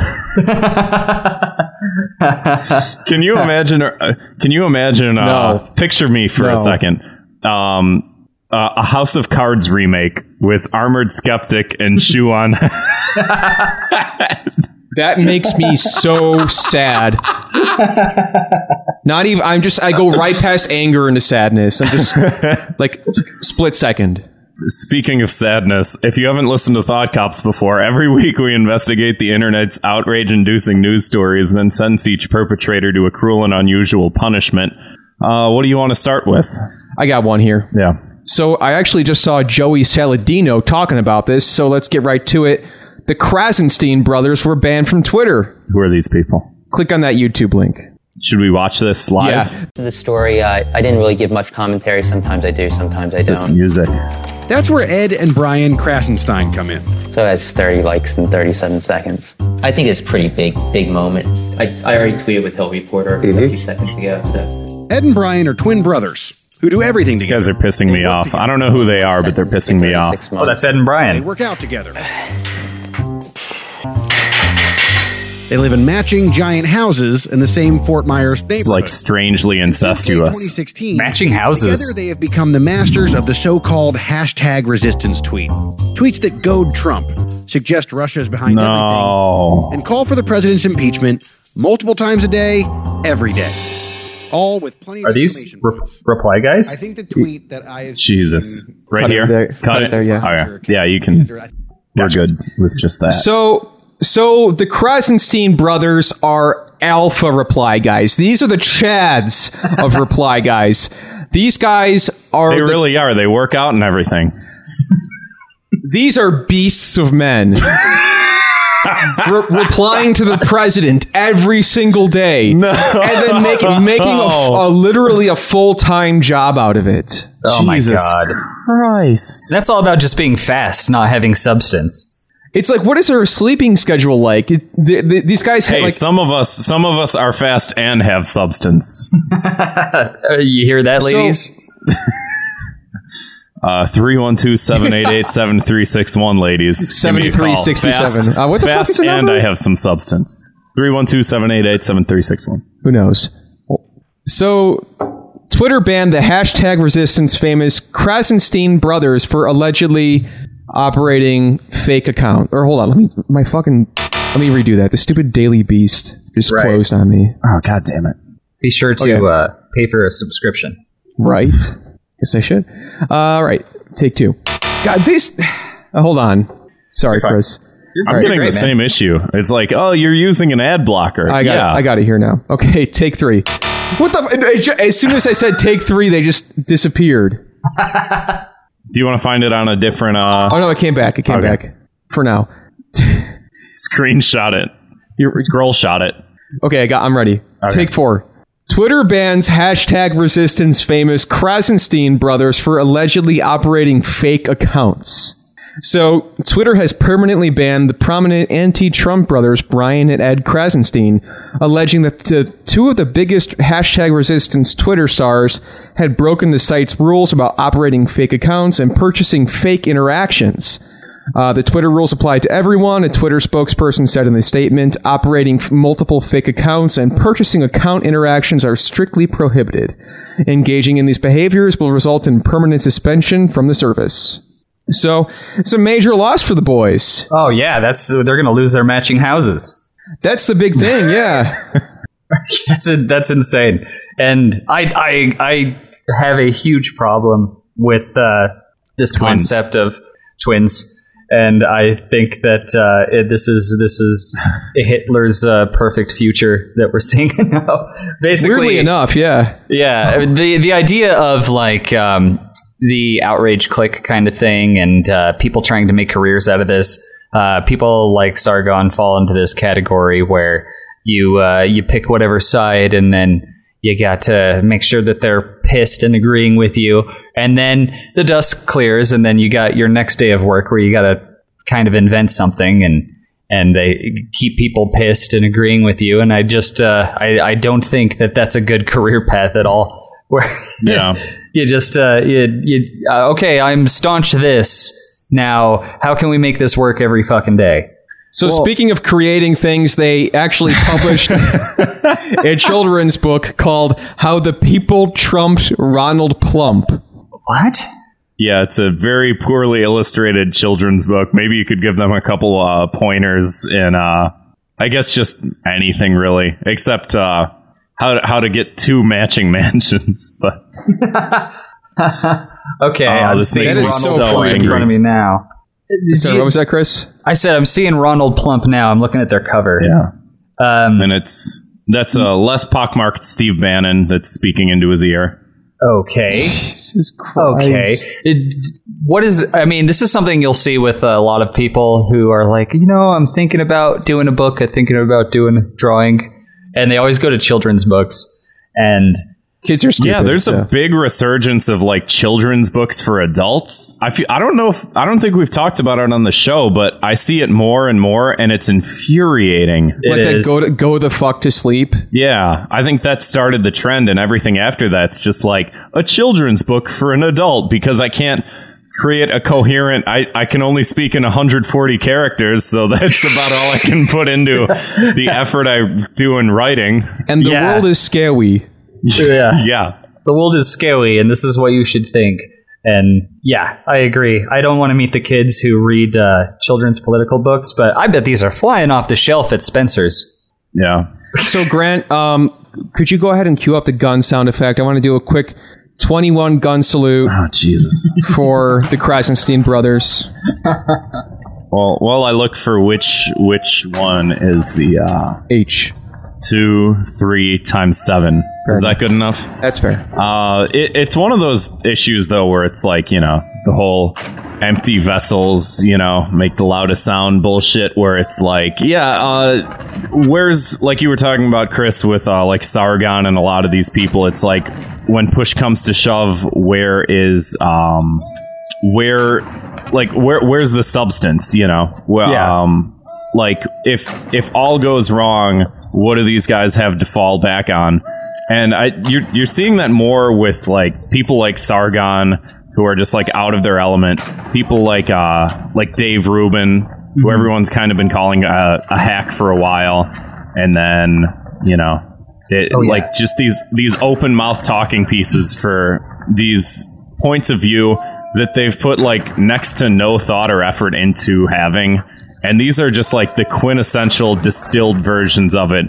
can you imagine? Uh, can you imagine? Uh,
No.
Picture me for
No.
a second. Um, uh, a House of Cards remake with armored skeptic and Shuan.
That makes me so sad. Not even. I'm just. I go right past anger into sadness. I'm just like split second.
Speaking of sadness, if you haven't listened to Thought Cops before, every week we investigate the internet's outrage inducing news stories and then sentence each perpetrator to a cruel and unusual punishment. Uh, what do you want to start with?
I got one here.
Yeah.
So I actually just saw Joey Saladino talking about this. So let's get right to it. The Krasenstein brothers were banned from Twitter.
Who are these people?
Click on that YouTube link.
Should we watch this live?
Yeah.
to the story, uh, I didn't really give much commentary. Sometimes I do, sometimes I
This
don't.
music.
That's where Ed and Brian Krasenstein come in.
So that's 30 likes in 37 seconds. I think it's pretty big, big moment. I, I already tweeted with Hill Reporter a few seconds ago. So.
Ed and Brian are twin brothers who do everything
These
together.
guys are pissing me off. I don't know who they are, but they're pissing me off.
Oh, that's Ed and
They
Brian.
work out together. They live in matching giant houses in the same Fort Myers
It's
neighborhood.
like strangely
Since late
incestuous.
2016,
Matching houses.
Together, they have become the masters of the so-called hashtag resistance tweet. Tweets that goad Trump, suggest Russia is behind everything,
No.
and call for the president's impeachment multiple times a day, every day. All with plenty of
Are these
exclamation
re-
points.
reply
I
guys?
think the tweet that I have
Jesus. Right
Cut it
here?
there. Cut it there, yeah.
Okay. Yeah, you can. We're good with just that.
So, so the Krasenstein brothers are alpha reply guys. These are the Chads of reply guys. These guys are
They
the-
really are. They work out and everything.
these are beasts of men. Re- replying to the president every single day, and then make, making a, f- a literally a full time job out of it.
Oh my
Jesus
god.
Christ.
That's all about just being fast, not having substance.
It's like, what is their sleeping schedule like? It, th- th- these guys have
Hey,
like
some of us, some of us are fast and have substance.
Uh, you hear that, ladies?
Uh, Three one two seven eight eight seven three six one, ladies. Give me a call.
7367.
Fast-
Uh, what the fuck
fast
is the
and
number?
I have some substance. Three one two seven eight eight seven three six one.
Who knows? So, Twitter banned the hashtag resistance famous Krasenstein brothers for allegedly operating fake account. Or hold on, let me my fucking let me redo that. The stupid Daily Beast just
Right.
closed on me.
Oh god damn it!
Be sure to
Okay.
uh, pay for a subscription.
Right? Guess I should. All right, take two. God, these. uh, hold on. Sorry, Chris.
I'm
All right,
getting
great,
the
man.
same issue. It's like, oh, you're using an ad blocker.
I got
yeah.
it. I got it here now. Okay, take three. What the? f- it's ju- As soon as I said take three, they just disappeared.
Do you want to find it on a different uh,
Oh no, it came back. It came
Okay.
back. For now.
screenshot? It
You're,
scroll shot it.
Okay, I got. I'm ready. Take four. Twitter bans hashtag resistance famous Krasenstein brothers for allegedly operating fake accounts. So Twitter has permanently banned the prominent anti-Trump brothers Brian and Ed Krasenstein, alleging that the two of the biggest hashtag resistance Twitter stars had broken the site's rules about operating fake accounts and purchasing fake interactions. Uh, the Twitter rules apply to everyone. A Twitter spokesperson said in the statement, operating f- multiple fake accounts and purchasing account interactions are strictly prohibited. Engaging in these behaviors will result in permanent suspension from the service. So it's a major loss for the boys.
Oh yeah, that's they're going to lose their matching houses.
That's the big thing, yeah.
That's a, that's insane. And I I I have a huge problem with uh, this concept of twins. And I think that uh, it, this is this is Hitler's uh, perfect future that we're seeing now. Basically,
Weirdly enough, yeah.
Yeah, I mean, the the idea of like um, the outrage click kind of thing and uh, people trying to make careers out of this. Uh, people like Sargon fall into this category where you uh, you pick whatever side and then you got to make sure that they're pissed and agreeing with you. And then the dust clears and then you got your next day of work where you got to kind of invent something and and they keep people pissed and agreeing with you. And I just uh, I, I don't think that that's a good career path at all. Where
Yeah.
you just uh, you, you uh, okay i'm staunch this now how can we make this work every fucking day
So speaking of creating things, they actually published a children's book called How the People Trumped Ronald Plump.
what
Yeah, it's a very poorly illustrated children's book. Maybe you could give them a couple uh, pointers in, uh, I guess, just anything really, except uh, how to, how to get two matching mansions. But
okay
Oh,
i'm
this
seeing
makes
me
ronald
so
plump in
angry.
front of me now
So what was that, Chris?
i said i'm seeing ronald plump now i'm looking at their cover
yeah,
um,
and it's that's a less pockmarked Steve Bannon that's speaking into his ear.
okay
Jesus Christ.
okay It- what is i mean this is something you'll see with a lot of people who are like you know i'm thinking about doing a book i'm thinking about doing a drawing and they always go to children's books and
Kids are stupid.
Yeah, there's
so.
a big resurgence of like children's books for adults. I feel I don't know if I don't think we've talked about it on the show, but I see it more and more, and it's infuriating.
it
Let that
is-
go, to, go the fuck to sleep.
Yeah, I think that started the trend, and everything after that's just like a children's book for an adult because I can't create a coherent. I, I can only speak in 140 characters, so that's about all I can put into the effort I do in writing.
And the
Yeah.
world is scary.
yeah
Yeah,
the world is scary and this is what you should think and yeah i agree i don't want to meet the kids who read uh, children's political books but i bet these are flying off the shelf at spencer's
yeah.
So Grant, um, could you go ahead and cue up the gun sound effect? I want to do a quick 21 gun salute
Oh Jesus.
for the Krasenstein brothers.
Well, while I look for which which one is the uh,
H.
two three times seven. Is that good enough?
That's fair.
Uh, it, it's one of those issues though where it's like you know the whole empty vessels you know make the loudest sound bullshit where it's like yeah uh where's like you were talking about chris with uh like sargon and a lot of these people it's like when push comes to shove where is um where like where where's the substance you know well
Yeah.
um like if if all goes wrong what do these guys have to fall back on and i you're you're seeing that more with like people like sargon who are just like out of their element people like uh like dave rubin who everyone's kind of been calling a, a hack for a while and then you know it,
yeah.
like just these these open mouth talking pieces for these points of view that they've put like next to no thought or effort into having and these are just like the quintessential distilled versions of it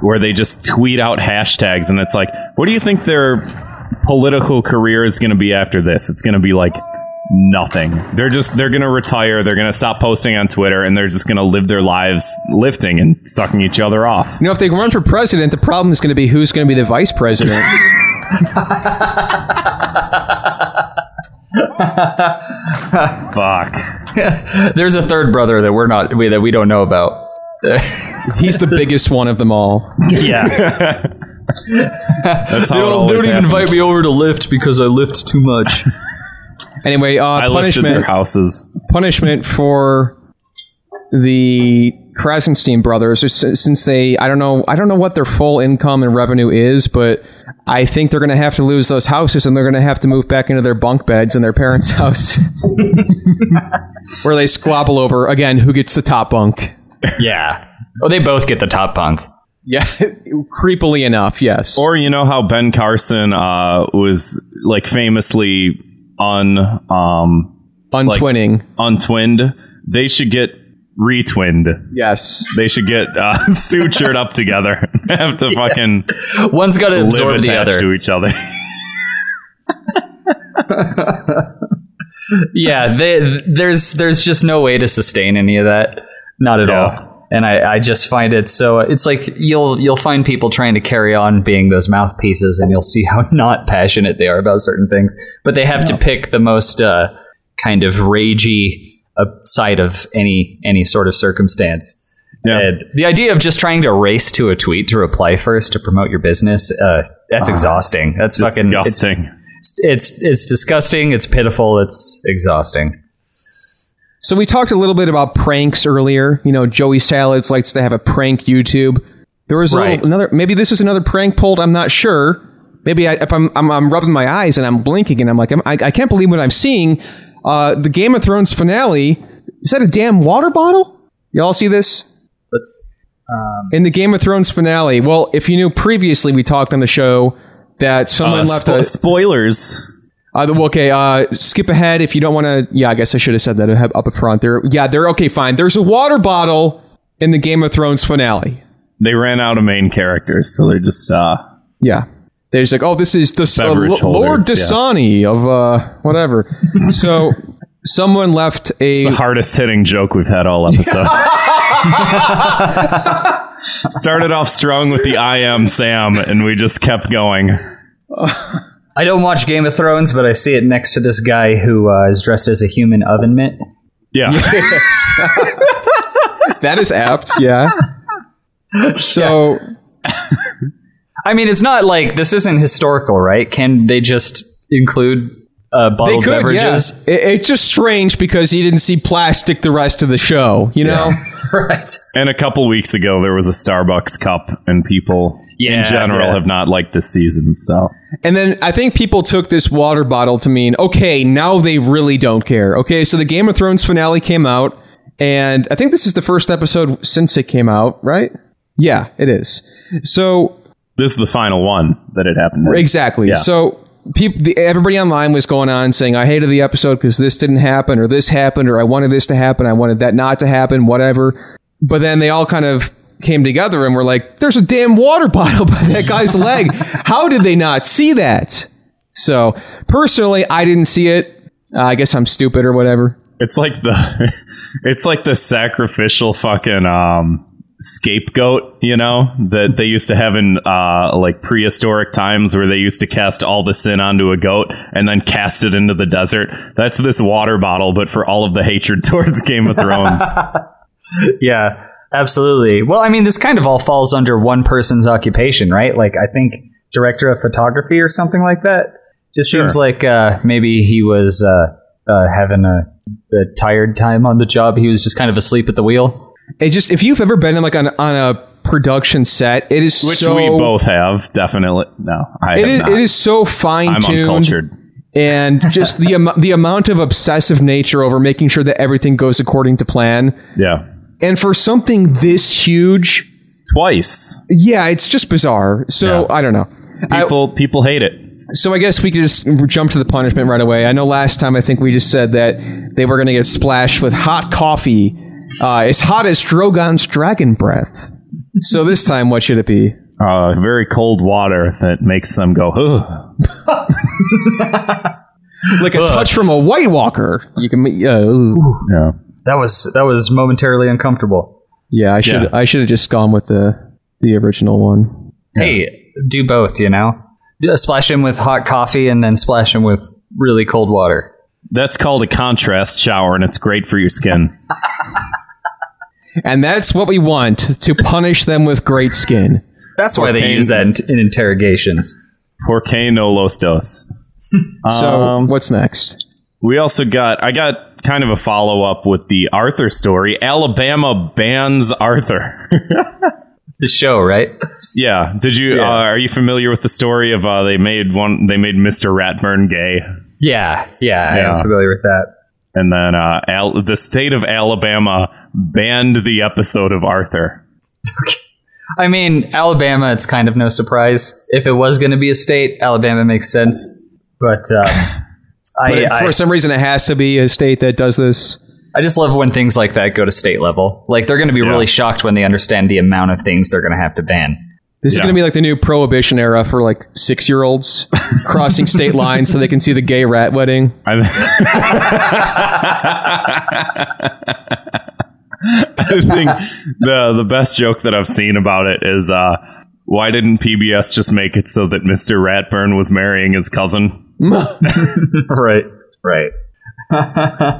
where they just tweet out hashtags and it's like what do you think their political career is going to be after this it's going to be like nothing they're just they're going to retire they're going to stop posting on twitter and they're just going to live their lives lifting and sucking each other off
You know, if they run for president, the problem is going to be who's going to be the vice president.
fuck
there's a third brother that we're not we, that we don't know about
He's the biggest one of them all.
yeah
That's how it always happens.
me over to lift because i lift too much
Anyway, uh,
I lifted their
punishment
houses.
punishment for the Krasenstein brothers is- since they I don't know I don't know what their full income and revenue is, but I think they're going to have to lose those houses and they're going to have to move back into their bunk beds in their parents' house, where they squabble over again who gets the top bunk.
yeah oh they both get the top bunk
Yeah, creepily enough, yes.
Or you know how Ben Carson uh, was like famously un um,
untwinning.
untwinned. They should get retwinned.
yes.
They should get uh, sutured up together. Have to fucking
one's got to
live
absorb the
attached
other
to each other.
yeah they, there's there's just no way to sustain any of that not at
Yeah.
all and I, I just find it so it's like you'll you'll find people trying to carry on being those mouthpieces and you'll see how not passionate they are about certain things but they have to pick the most uh, kind of ragey uh, side of any any sort of circumstance
Yeah.
and the idea of just trying to race to a tweet to reply first to promote your business uh, that's exhausting that's fucking it's-
Ah. Disgusting.
it's, it's it's disgusting it's pitiful it's exhausting
So we talked a little bit about pranks earlier. You know, Joey Salads likes to have a prank YouTube. There was a
Right.
little, another. Maybe this is another prank pulled. I'm not sure. Maybe I, if I'm, I'm I'm rubbing my eyes and I'm blinking and I'm like I'm, I, I can't believe what I'm seeing. Uh, the Game of Thrones finale is that a damn water bottle? Y'all see this?
let's
in the Game of Thrones finale. Well, if you knew previously, we talked on the show that someone
Uh,
left
spo-
a.
spoilers.
Uh, the- well, okay, uh, skip ahead if you don't want to. Yeah, I guess I should have said that uh, up up front. There, yeah, they're okay. Fine. There's a water bottle in the Game of Thrones finale.
They ran out of main characters, so they're just uh,
Yeah, they're just like, oh, this is Des- uh,
Beverage
L- Lord
holders, yeah.
Dasani of uh, whatever. so someone left a.
the hardest hitting joke we've had all episode. Started off strong with the I am Sam, and we just kept going.
I don't watch Game of Thrones, but I see it next to this guy who uh, is dressed as a human oven mitt.
Yeah.
that is apt. Yeah. So
I mean, it's not like this isn't historical, right? Can they just include uh,
They
bottled
could,
beverages?
yeah. It- it's just strange because he didn't see plastic the rest of the show, you know?
right.
And a couple weeks ago, there was a Starbucks cup, and people
Yeah,
in general
yeah.
have not liked this season. So
And then I think people took this water bottle to mean, okay, now they really don't care. Okay, so the Game of Thrones finale came out, and I think this is the first episode since it came out, right? Yeah, it is. So
this is the final one that it happened. in.
Exactly.
Yeah.
So people, the, everybody online was going on saying, "I hated the episode because this didn't happen, or this happened, or I wanted this to happen, I wanted that not to happen, whatever." But then they all kind of came together and were like, "There's a damn water bottle by that guy's leg. How did they not see that?" So personally, I didn't see it. Uh, I guess I'm stupid or whatever.
It's like the it's like the sacrificial fucking um scapegoat, you know, that they used to have in uh like prehistoric times where they used to cast all the sin onto a goat and then cast it into the desert. That's this water bottle, but for all of the hatred towards Game of Thrones.
Yeah, absolutely. Well, I mean, this kind of all falls under one person's occupation, right? Like, I think director of photography or something like that. Just seems like uh, maybe he was uh, uh, having a, a tired time on the job. He was just kind of asleep at the wheel.
It just if you've ever been in like on on a production set, it is
which
so
we both have, definitely no, I
it
have
is
not.
it is so
I'm
fine tuned.
uncultured.
and just the am- the amount of obsessive nature over making sure that everything goes according to plan.
Yeah.
And for something this huge,
Twice.
yeah, it's just bizarre. So
Yeah.
I don't know. I-
People people hate it.
so I guess we could just jump to the punishment right away. I know last time I think we just said that they were going to get splashed with hot coffee, uh, as hot as Drogon's dragon breath. So this time, what should it be?
Uh, very cold water that makes them go, Ugh.
Like a touch from a White Walker. You can, ma- uh, ooh.
Yeah.
That was that was momentarily uncomfortable.
yeah. I should
Yeah.
I should have just gone with the the original one.
hey, do both, you know? Yeah, Splash him with hot coffee and then splash him with really cold water.
That's called a contrast shower, and it's great for your skin.
And that's what we want to punish them with great skin.
That's why they
Okay.
use that in, in interrogations.
Por que no los dos?
So,
Um,
what's next?
We also got, I got kind of a follow up with the Arthur story. Alabama bans Arthur.
The show, right?
yeah. Did you, Uh, are you familiar with the story of uh, they made one, they made Mr. Ratburn gay?
Yeah, yeah, I
Yeah.
am familiar with that.
And then uh, Al- the state of Alabama banned the episode of Arthur.
I mean, Alabama, it's kind of no surprise. If it was going to be a state, Alabama makes sense. But, um,
But
I,
it-
I,
for some reason, it has to be a state that does this.
I just love when things like that go to state level. Like, they're going to be really shocked when they understand the amount of things they're going to have to ban.
This is
Yeah.
going to be like the new prohibition era for like six year olds crossing state lines so they can see the gay rat wedding.
I, I think the the best joke that I've seen about it is uh, why didn't PBS just make it so that Mr. Ratburn was marrying his cousin?
right. Right.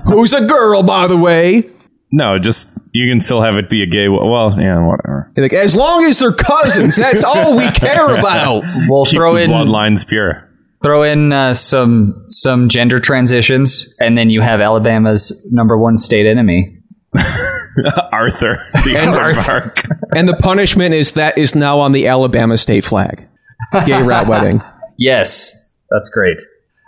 Who's a girl, by the way?
No, just you can still have it be a gay. Well, yeah, whatever.
Like, as long as they're cousins, that's all we care about.
We'll
Keep
throw
the
in
bloodlines pure.
throw in uh, some some gender transitions, and then you have Alabama's number one state enemy.
Arthur, the
And
other
Arthur.
Mark.
And the punishment is that is now on the Alabama state flag. Gay rat wedding.
Yes, that's great.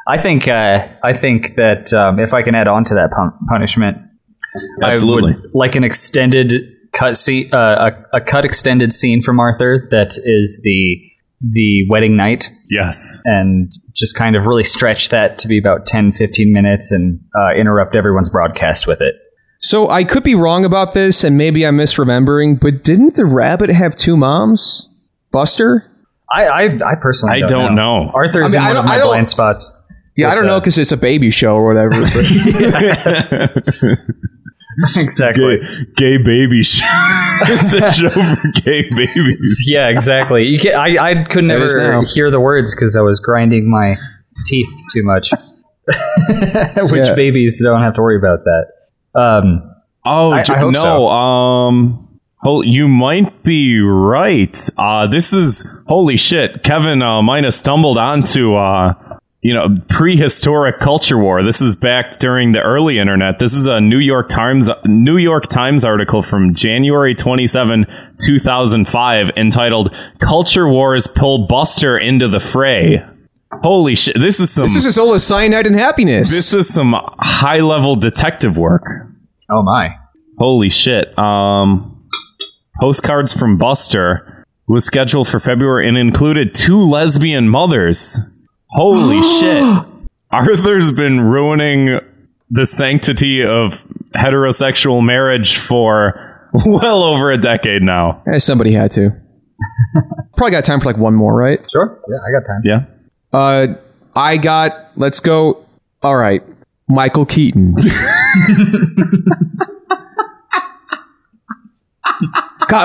I think uh, I think that um, if I can add on to that pun- punishment,
Absolutely.
I would like an extended cut scene, uh, a, a cut extended scene from Arthur that is the the wedding night
Yes.
and just kind of really stretch that to be about 10 15 minutes and uh, interrupt everyone's broadcast with it
So I could be wrong about this, and maybe I'm misremembering, but didn't the rabbit have two moms? Buster?
i i, I personally
I don't
don't
know.
arthur's
I mean, I
in one of
don't- I
my
don't-
blind spots
Yeah, I don't
uh,
know because it's a baby show or whatever. but-
exactly
Gay, gay baby show. it's a show for gay babies.
yeah exactly you can i i could
There it is now.
never hear the words because i was grinding my teeth too much which
Yeah.
babies don't have to worry about that um
Oh
I- I
Jo-
hope
no,
so.
um, hol- you might be right. Uh, this is holy shit. Kevin uh, might have stumbled onto uh, you know prehistoric culture war. This is back during the early internet. This is a New York Times New York Times article from January twenty seven two thousand five entitled "Culture Wars Pull Buster into the Fray." Holy shit! This is some.
this is as old as cyanide and happiness.
this is some high level detective work.
oh my
Holy shit. Um, postcards from Buster was scheduled for February and included two lesbian mothers. Holy shit. Arthur's been ruining the sanctity of heterosexual marriage for well over a decade now.
Eh, somebody had to. Probably got time for like one more, right?
sure yeah i got time
Yeah.
Uh, I got. Let's go. All right, Michael Keaton. God,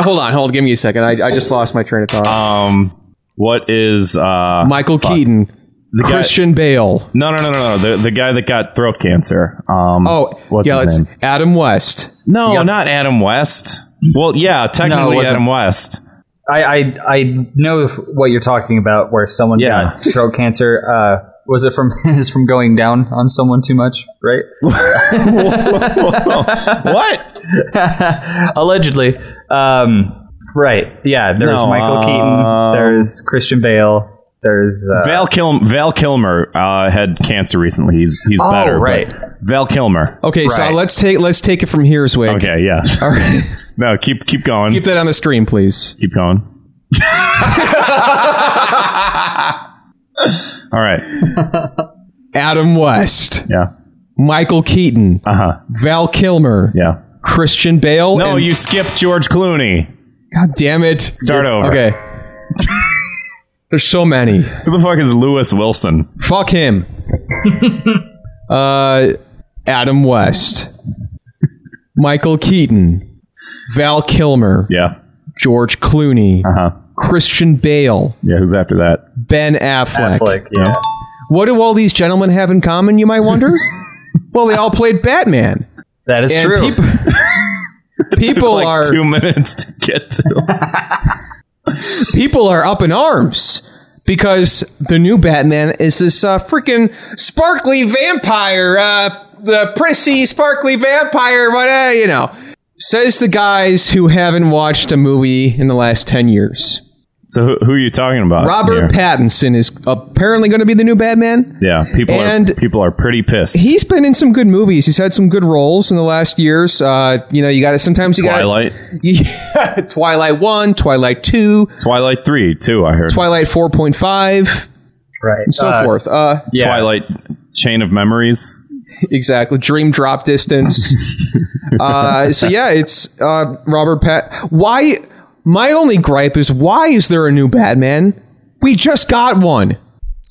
hold on, hold. on, Give me a second. I, I just lost my train of thought.
Um, what is uh
Michael Keaton,
guy-
Christian Bale.
no no no no no the, the guy that got throat cancer um
Oh,
what's
yeah,
his
it's
name
Adam West.
no not Adam West well yeah technically
wasn't.
Adam West
I, I I know what you're talking about, where someone
Yeah.
got throat cancer. Uh, was it from is from going down on someone too much? Right?
what
Allegedly. Um, right. Yeah. There's
No,
Michael
um,
Keaton. There's Christian Bale. There's uh,
Val, Kil- Val Kilmer uh, had cancer recently. He's he's
Oh,
better. but-
right.
Val Kilmer.
Okay, so
Right.
let's take let's take it from here, Zwig.
Okay, yeah.
All right,
No, keep keep going.
keep
Keep,
that on the screen, please.
going. All right.
Adam West,
Yeah.
Michael Keaton,
Uh huh.
Val Kilmer,
Yeah.
Christian Bale.
No,
and-
you skipped George Clooney.
God damn it!
Start over.
Okay. There's so many.
Who the fuck is Lewis Wilson?
Fuck him. uh, Adam West, Michael Keaton, Val Kilmer,
Yeah.
George Clooney,
Uh huh.
Christian Bale,
Yeah. Who's after that?
Ben Affleck.
like yeah.
What do all these gentlemen have in common? You might wonder. well, they all played Batman.
That is
And
true.
peop- people
Like
are
two minutes to get to.
people are up in arms because the new Batman is this uh, freaking sparkly vampire, uh, the prissy sparkly vampire, but uh, you know, says the guys who haven't watched a movie in the last ten years.
so who, who are you talking about?
Robert
here?
Pattinson is apparently going to be the new Batman.
yeah. People are
and-
people are pretty pissed.
He's been in some good movies. He's had some good roles in the last years. Uh, you know, you got to sometimes you got
Twilight.
Yeah, Twilight One, Twilight Two,
Twilight three too. I heard.
Twilight Four Point Five,
right.
and so
Uh,
forth. Uh,
yeah.
Twilight Chain of Memories.
exactly dream drop distance uh, so yeah it's uh, robert pat why my only gripe is why is there a new batman we just got one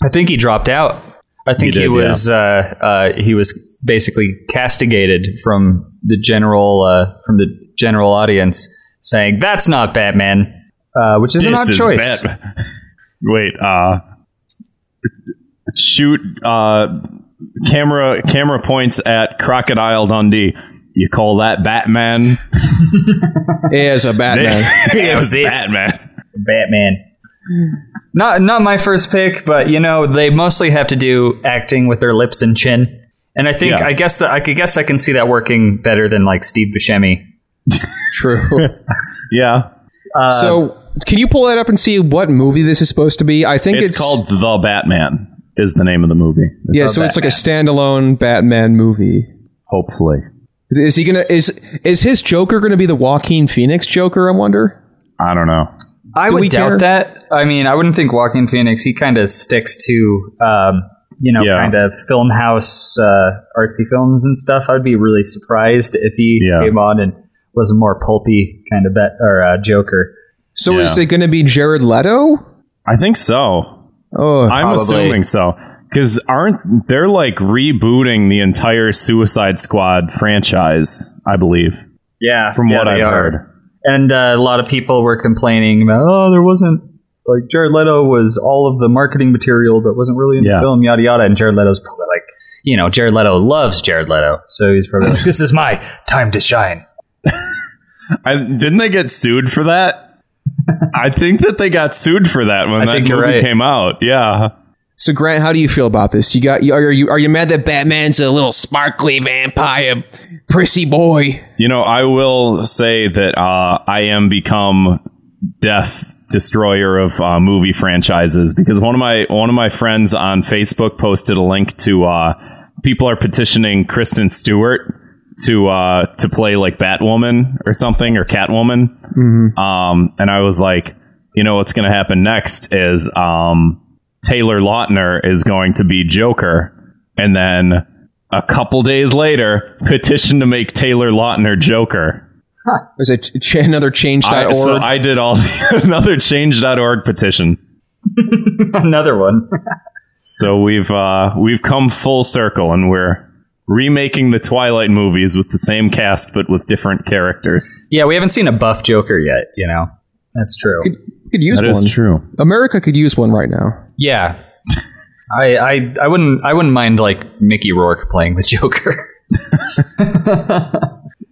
I think he dropped out. I think
He
he,
did,
was uh, uh, he was basically castigated from the general uh, from the general audience saying, that's not Batman, uh, which is an odd
This is
choice.
Batman. Wait, uh, shoot, uh, camera camera points at Crocodile Dundee. You call that Batman?
Is a Batman.
it was
This-
Batman.
Batman. Not not my first pick, but you know they mostly have to do acting with their lips and chin, and I think
Yeah.
I guess that I could guess I can see that working better than like Steve Buscemi.
True.
Yeah, Uh,
so, can you pull that up and see what movie this is supposed to be? I think
it's,
it's,
called The Batman. Is the name of the movie?
Yeah, so it's like a standalone Batman movie.
Hopefully,
Is he gonna is is his Joker gonna be the Joaquin Phoenix Joker? I wonder.
I don't know.
I
Do we
would doubt
care?
that. I mean, I wouldn't think Walking Phoenix. He kind of sticks to um, you know
Yeah.
kind of film house uh, artsy films and stuff. I'd be really surprised if he
Yeah.
came on and was a more pulpy kind of bet or uh, Joker.
So
Yeah.
is it gonna be Jared Leto?
I think so.
Oh,
I'm
Probably.
assuming so. Because aren't they're like rebooting the entire Suicide Squad franchise? I believe,
Yeah,
from what I've
they are.
heard.
and uh, a lot of people were complaining about oh there wasn't like Jared Leto was all of the marketing material but wasn't really in
Yeah.
the film yada yada and Jared Leto's probably like you know Jared Leto loves Jared Leto so he's probably like this is my time to shine
I, didn't they get sued for that? I think that they got sued for that when
I
that
think
movie
you're right.
came out. Yeah,
so Grant, how do you feel about this? You got you- are you are you mad that Batman's a little sparkly vampire prissy boy?
you know, I will say that uh, I am become death destroyer of uh, movie franchises because one of my one of my friends on Facebook posted a link to uh, people are petitioning Kristen Stewart to uh, to play like Batwoman or something or Catwoman. Um, and I was like, you know, what's going to happen next is um, Taylor Lautner is going to be Joker, and then a couple days later, petition to make Taylor Lautner Joker.
There's a ch- another
I,
change.org.
so I did all another change.org petition.
another one
So we've uh, we've come full circle and we're remaking the Twilight movies with the same cast but with different characters.
yeah we haven't seen a buff Joker yet you know that's true
could, could use one.
true.
America could use one right now.
yeah I, I I wouldn't I wouldn't mind like Mickey Rourke playing the Joker.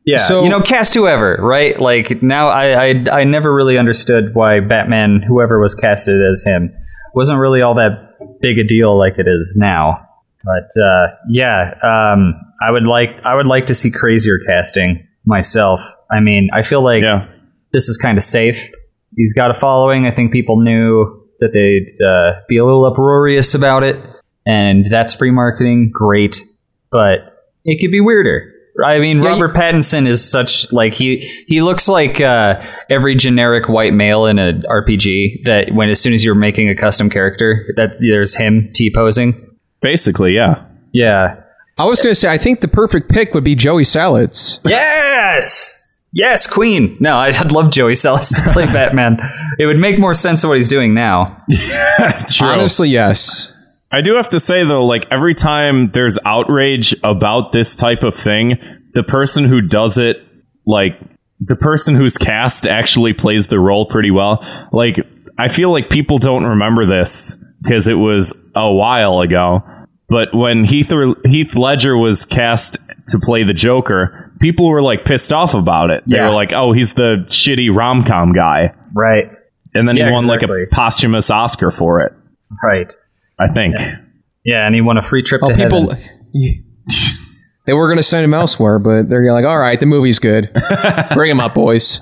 yeah,
So-
you know, cast whoever, right? Like now, I, I I never really understood why Batman, whoever was casted as him, wasn't really all that big a deal like it is now. But uh, yeah, um, I would like I would like to see crazier casting myself. I mean, I feel like
Yeah.
this is kind of safe. He's got a following. I think people knew that they'd uh, be a little uproarious about it, and that's free marketing. Great, but it could be weirder. I mean,
Yeah,
Robert Pattinson is such like he he looks like uh, every generic white male in an RPG. That when as soon as you're making a custom character, that there's him t posing.
Basically, yeah.
Yeah.
I was gonna say I think the perfect pick would be Joey Salads.
Yes. Yes, Queen. No, I'd I'd love Joey Salas to play Batman. It would make more sense of what he's doing now.
True.
Honestly, yes.
I do have to say though, like every time there's outrage about this type of thing, the person who does it, like the person who's cast, actually plays the role pretty well. Like I feel like people don't remember this because it was a while ago. But when Heath Heath Ledger was cast to play the Joker, people were like pissed off about it. They
Yeah.
were like, "Oh, he's the shitty rom com guy,"
Right.
and then
Yeah,
he won
exactly.
like a posthumous Oscar for it.
Right.
I think.
Yeah, and he won a free trip
Oh,
to
people.
heaven.
They were going to send him elsewhere, but they're like, all right, the movie's good. Bring him up, boys.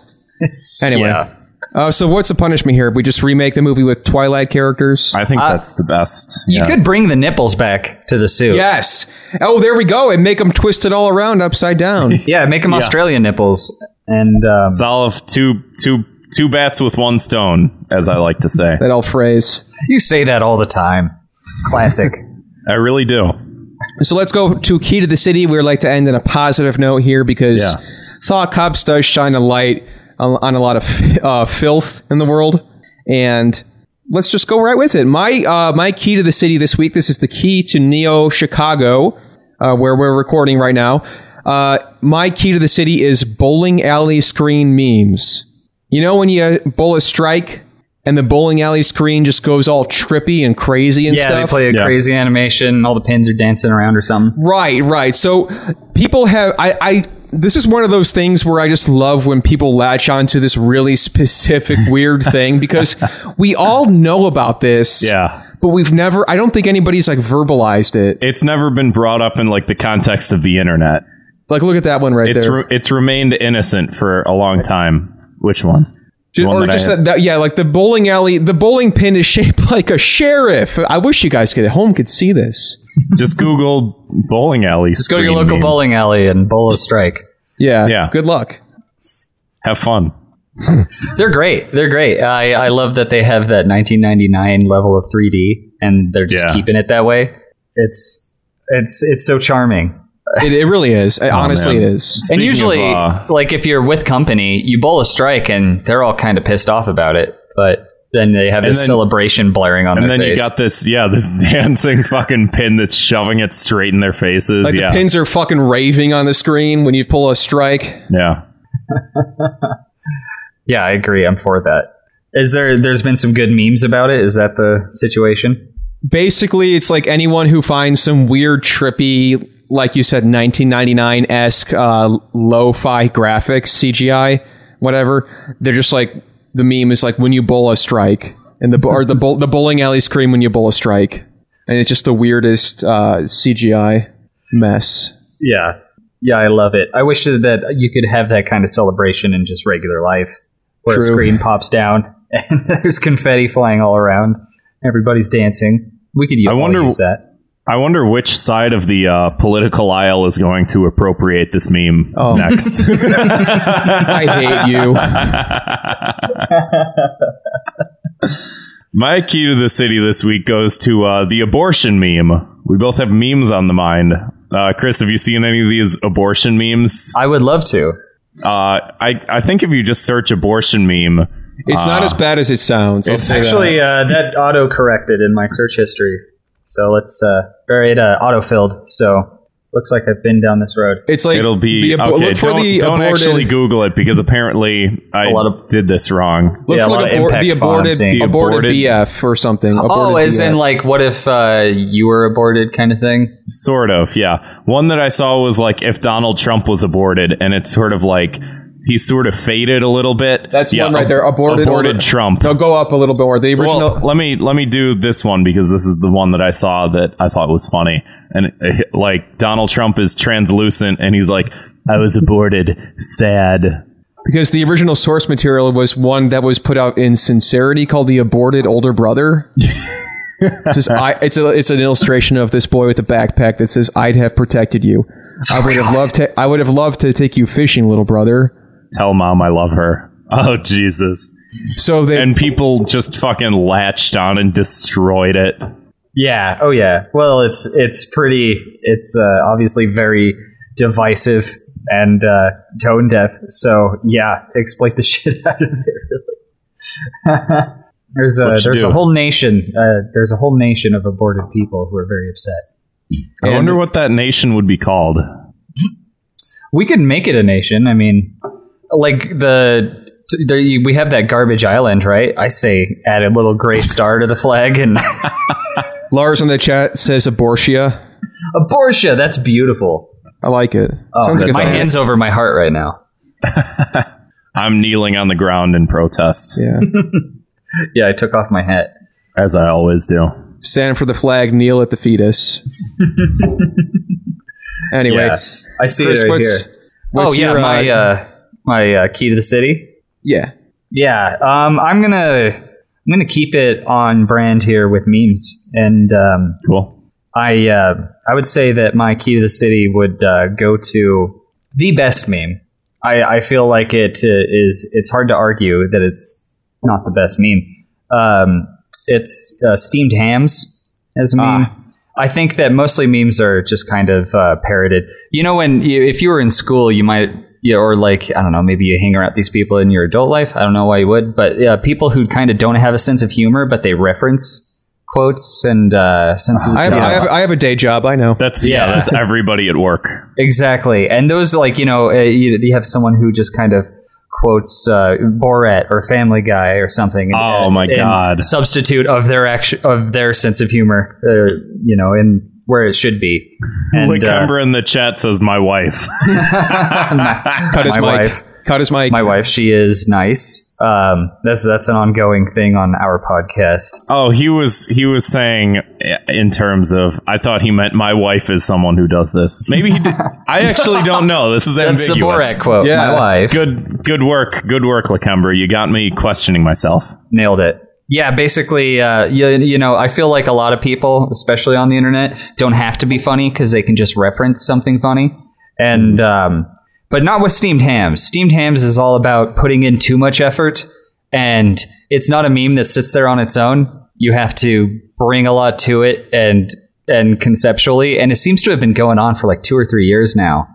Anyway.
Yeah.
Uh, so, what's the punishment here? We just remake the movie with Twilight characters?
I think
I-
that's the best.
You
Yeah.
could bring the nipples back to the suit.
yes. Oh, there we go. And make them twist it all around upside down.
Yeah, make them Australian nipples. And um,
Solve two two two bats with one stone, as I like to say.
that old phrase.
you say that all the time. Classic.
I really do.
So, let's go to Key to the City. We would like to end on a positive note here because
Yeah.
Thought Cops does shine a light on, on a lot of uh, filth in the world. And let's just go right with it. My uh, my key to the city this week. This is the key to Neo Chicago, uh, where we're recording right now. Uh, my key to the city is bowling alley screen memes. You know when you bowl a strike and the bowling alley screen just goes all trippy and crazy and
Yeah,
stuff.
they play a
Yeah.
crazy animation, and all the pins are dancing around or something.
Right, right. So people have I, I this is one of those things where I just love when people latch onto this really specific weird thing because we all know about this.
Yeah.
But we've never I don't think anybody's like verbalized it.
It's never been brought up in like the context of the internet.
Like look at that one right
It's
there.
re- it's remained innocent for a long time. Which one?
Ju-
The one
or
that I
just
had.
that, that yeah, like the bowling alley the bowling pin is shaped like a sheriff. I wish you guys could at home could see this.
just Google bowling alley.
Just go to your local bowling alley and bowl a strike.
Yeah.
Yeah.
Good luck.
Have fun.
They're great. They're great. I, I love that they have that 1999 level of 3D, and they're just
Yeah.
keeping it that way. It's it's it's so charming.
It, it really is. It honestly
Oh, man.
is.
Speaking
and usually,
of, uh,
like if you're with company, you bowl a strike, and they're all kind of pissed off about it. But then they have
And
this
then-
celebration blaring on
and
their
then you
face.
got this, yeah, this dancing fucking pin that's shoving it straight in their faces.
Like
yeah,
the pins are fucking raving on the screen when you pull a strike.
yeah.
yeah, I agree. I'm for that. Is there? There's been some good memes about it. Is that the situation?
basically it's like anyone who finds some weird trippy like you said 1999-esque uh, lo-fi graphics cgi whatever they're just like the meme is like when you bowl a strike and the bo- or the, bowl the bowling alley scream when you bowl a strike and it's just the weirdest uh, cgi mess
Yeah. Yeah, I love it. I wish that you could have that kind of celebration in just regular life, where a
True.
screen pops down and there's confetti flying all around. Everybody's dancing. We could.
I
all
wonder-
use that.
I wonder which side of the uh, political aisle is going to appropriate this meme
Oh.
next.
i hate you
My key to the city this week goes to uh, the abortion meme. We both have memes on the mind. Uh, Chris, have you seen any of these abortion memes?
I would love to.
Uh, I I think if you just search abortion meme,
it's not as bad as it sounds I'll
Ah. it's
say that.
Actually, uh, that auto corrected in my search history. So let's uh, or it uh, auto filled. So looks like I've been down this road.
it's like
it'll be
the abo-
okay.
look for
don't
the
don't
aborted
actually Google it because apparently I
a lot of-
did this wrong.
look
Yeah, a
for
lot
like
of
abor-
impact
the
font
aborted,
saying
aborted
aborted.
bf or something
oh,
Aborted
as in
BF.
like, what if uh, you were aborted, kind of thing?
Sort of, yeah. One that I saw was like if Donald Trump was aborted, and it's sort of like he sort of faded a little bit.
That's
Yeah,
one right
ab-
there. Aborted,
aborted
or-
Trump.
No, go up a little bit more. The original.
Well, let me let me do this one because this is the one that I saw that I thought was funny. And uh, like Donald Trump is translucent, and he's like, "I was aborted, sad."
because the original source material was one that was put out in sincerity called the aborted older brother. it's, just, I, it's, a, it's an illustration of this boy with a backpack that says, "I'd have protected you. I would have loved to. I would have loved to take you fishing, little brother."
Tell mom I love her. Oh Jesus!
So they
And people just fucking latched on and destroyed it.
Yeah. Oh, yeah. Well, it's it's pretty. It's uh, obviously very divisive and uh, tone deaf. So yeah, exploit the shit out of it. Really. there's a
What you
there's
do.
a whole nation. Uh, there's a whole nation of aborted people who are very upset.
I
And-
wonder what that nation would be called.
We could make it a nation. I mean, like the. t- There, you- we have that garbage island, right? I say add a little gray star to the flag and
Lars in the chat says abortia.
abortia. That's beautiful.
I
Oh,
like it. Sounds like a
my
thought.
hands over my heart right now.
I'm kneeling on the ground in protest,
Yeah.
Yeah, I took off my hat.
as I always do.
Stand for the flag. Kneel at the fetus. anyway,
Yeah. I see
Chris,
it right
what's,
here.
what's
oh yeah,
your,
my uh, my uh, key to the city.
yeah.
Yeah, um, I'm gonna I'm gonna keep it on brand here with memes, and um,
Cool.
I uh, I would say that my key to the city would uh, go to the best meme. I, I feel like it uh, is it's hard to argue that it's not the best meme. Um, it's uh, steamed hams as a meme.
Ah.
I think that mostly memes are just kind of uh, parroted. You know, when you, if you were in school, you might. Yeah, or like I don't know, maybe you hang around these people in your adult life. I don't know why you would, but yeah, people who kind of don't have a sense of humor, but they reference quotes and uh, senses.
I have, I, have, I have a day job. I know.
That's yeah,
Yeah.
that's everybody at work.
Exactly, and those like you know uh, you, you have someone who just kind of quotes uh, Borat or Family Guy or something.
Oh,
and-
my
and
God.
Substitute of their action of their sense of humor, uh, you know, in where it should be. And uh,
Licumber in the chat says my wife.
Cut his
my
mic.
wife.
Cut his mic.
my wife, she is nice. Um, that's that's an ongoing thing on our podcast.
Oh, he was he was saying i- in terms of I thought he meant my wife is someone who does this. Maybe he did. I actually don't know. This is
That's the
ambiguous.
Borat quote.
Yeah.
My wife.
Good good work. Good work, Licumber. You got me questioning myself.
Nailed it. Yeah, basically, uh, you, you know, I feel like a lot of people, especially on the internet, don't have to be funny because they can just reference something funny. And um, but not with steamed hams. Steamed hams is all about putting in too much effort, and it's not a meme that sits there on its own. You have to bring a lot to it, and and conceptually, and it seems to have been going on for like two or three years now.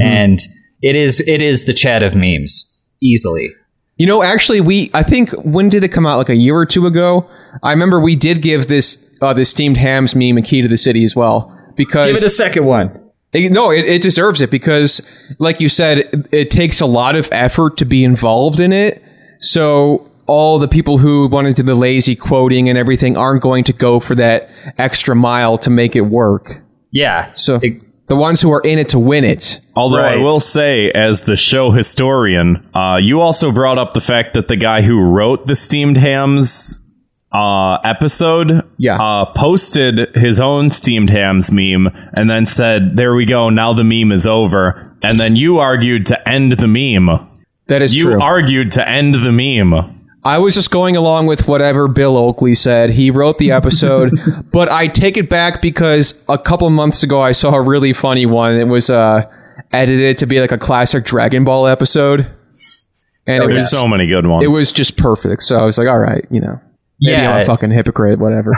And it is it is the chat of memes easily.
You know, actually, we I think when did it come out? Like a year or two ago. I remember we did give this uh, this steamed hams meme a key to the city as well because
second one.
It- no, it, it deserves it because, like you said, it, it takes a lot of effort to be involved in it. So all the people who went into the lazy quoting and everything aren't going to go for that extra mile to make it work.
Yeah.
So
It-
the ones who are in it to win it.
Although I
Right.
will say, as the show historian, uh, you also brought up the fact that the guy who wrote the steamed hams uh, episode,
Yeah.
uh, posted his own steamed hams meme and then said, "There we go. Now the meme is over." And then you argued to end the meme.
That is
you
true.
argued to end the meme.
I was just going along with whatever Bill Oakley said. He wrote the episode, but I take it back because a couple months ago I saw a really funny one. It was uh, edited to be like a classic Dragon Ball episode, and it
There's
was
so many good ones.
it was just perfect. So I was like, all right, you know, maybe
Yeah.
I'm a fucking hypocrite, whatever.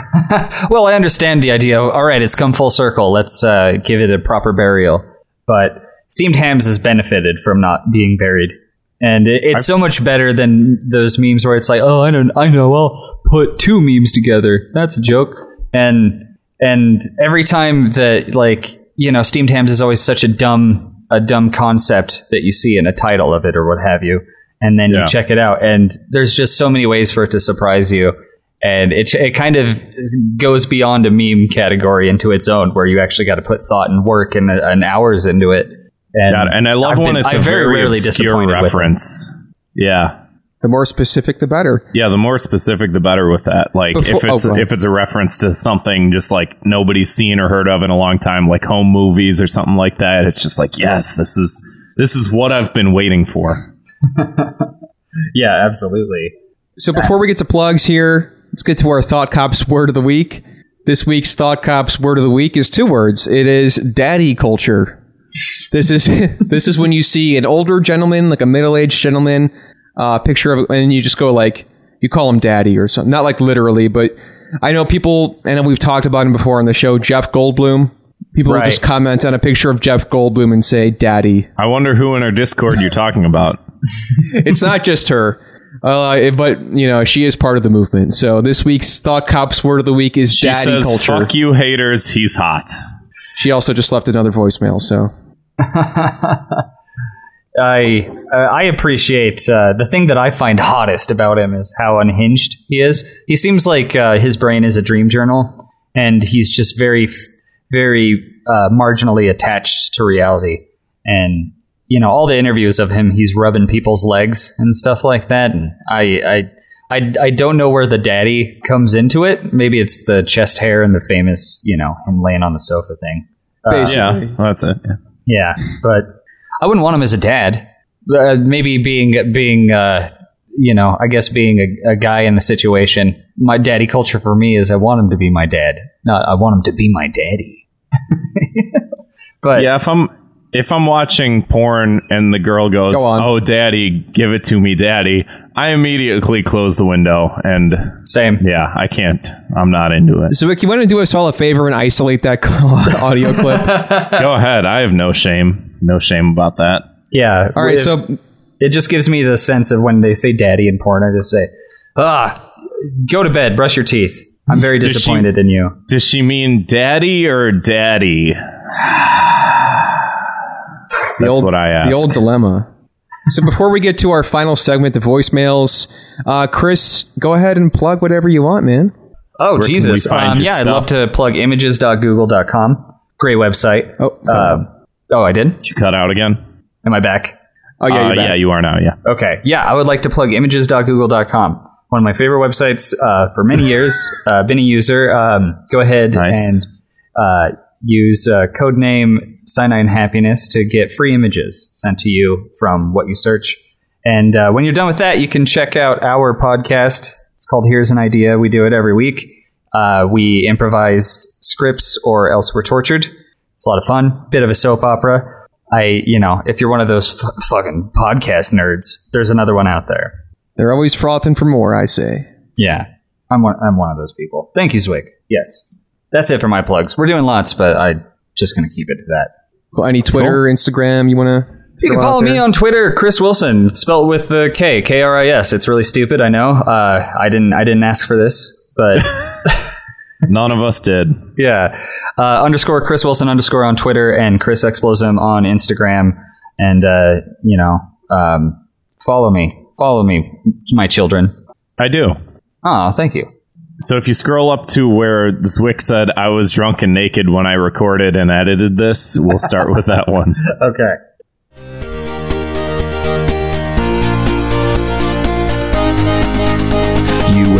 Well, I understand the idea. All right, it's come full circle. Let's uh, give it a proper burial. But steamed hams has benefited from not being buried, and it, it's so much better than those memes where it's like, oh, I don't, I know, I'll put two memes together. That's a joke. And and every time that like you know, steamed hams is always such a dumb a dumb concept that you see in a title of it or what have you, and then
Yeah.
you check it out, and there's just so many ways for it to surprise you and it it kind of goes beyond a meme category into its own, where you actually got to put thought and work and, and hours into it. And,
God, and I love
I've
when
been-
it's a
I'm
very, obscure
disappointed with them.
reference. Yeah,
the more specific, the better.
Yeah, the more specific, the better with that. Like
Before-
if it's
oh, go ahead.
if it's a reference to something just like nobody's seen or heard of in a long time, like home movies or something like that, it's just like yes, this is this is what I've been waiting for.
Yeah, absolutely.
So before we get to plugs here, let's get to our Thought Cops word of the week. This week's Thought Cops word of the week is two words. It is daddy culture. This is this is when you see an older gentleman, like a middle-aged gentleman, uh, picture of, and you just go like, you call him daddy or something. Not like literally, but I know people, and we've talked about him before on the show. Jeff Goldblum. People will
Right.
just comment on a picture of Jeff Goldblum and say daddy.
I wonder who in our Discord you're talking about.
it's not just her. Uh, it- but you know she is part of the movement. So this week's thought cops word of the week is
She
daddy
says,
culture.
"Fuck you, haters. He's hot."
She also just left another voicemail. So
I uh, I appreciate uh, the thing that I find hottest about him is how unhinged he is. He seems like uh, his brain is a dream journal, and he's just very, very uh, marginally attached to reality. And you know, all the interviews of him, he's rubbing people's legs and stuff like that. And I I I, I don't know where the daddy comes into it. Maybe it's the chest hair and the famous you know him laying on the sofa thing.
Uh, Yeah,
basically,
that's it. Yeah.
Yeah, but I wouldn't want him as a dad. Uh, maybe being being uh, you know, I guess being a, a guy in the situation. My daddy culture for me is I want him to be my dad. Not I want him to be my daddy. but
yeah, if I'm if I'm watching porn and the girl goes,
Go on.
"Oh, daddy, give it to me, daddy," I immediately close the window and
same.
yeah, I can't. I'm not into it.
so Vic, you want to do us all a favor and isolate that audio clip?
Go ahead. I have no shame. No shame about that.
Yeah.
All right.
if-
So
it just gives me the sense of when they say daddy in porn, I just say, ah, go to bed, brush your teeth. I'm very
Does she-
disappointed in you.
Does she mean daddy or daddy? That's
old-
what I asked.
The old dilemma. So before we get to our final segment, the voicemails, uh, Chris, go ahead and plug whatever you want, man.
Oh
can
Jesus!
we find
Um,
your
yeah, I'd
stuff?
love to plug images.google.com. Great website.
Oh,
Uh, oh, I did.
you cut out again.
Am I back?
oh yeah,
Uh,
you're back.
yeah, you are now. Yeah.
Okay. Yeah, I would like to plug images.google.com. One of my favorite websites uh, for many years. Uh, been a user. Um, go ahead
Nice.
and uh, use uh, code name Sinai Happiness to get free images sent to you from what you search. And uh, when you're done with that, you can check out our podcast. It's called Here's an Idea. We do it every week. Uh, we improvise scripts or else we're tortured. It's a lot of fun. Bit of a soap opera. I, you know, if you're one of those f- fucking podcast nerds, there's another one out there.
They're always frothing for more. I say.
Yeah, I'm one. I'm one of those people. Thank you, Zwick. Yes, that's it for my plugs. We're doing lots, but I'm just gonna keep it to that.
Well, any Twitter, Instagram you want to?
You can follow me on Twitter, Chris Wilson, spelled with the K, K R I S. It's really stupid, I know. Uh, I didn't, I didn't ask for this, but
None of us did.
yeah. Uh, underscore Chris Wilson underscore on Twitter and Chris Explosum on Instagram, and uh, you know, um, follow me, follow me, my children.
I do.
Oh, thank you.
So if you scroll up to where Zwick said I was drunk and naked when I recorded and edited this, we'll start with that one.
Okay.
You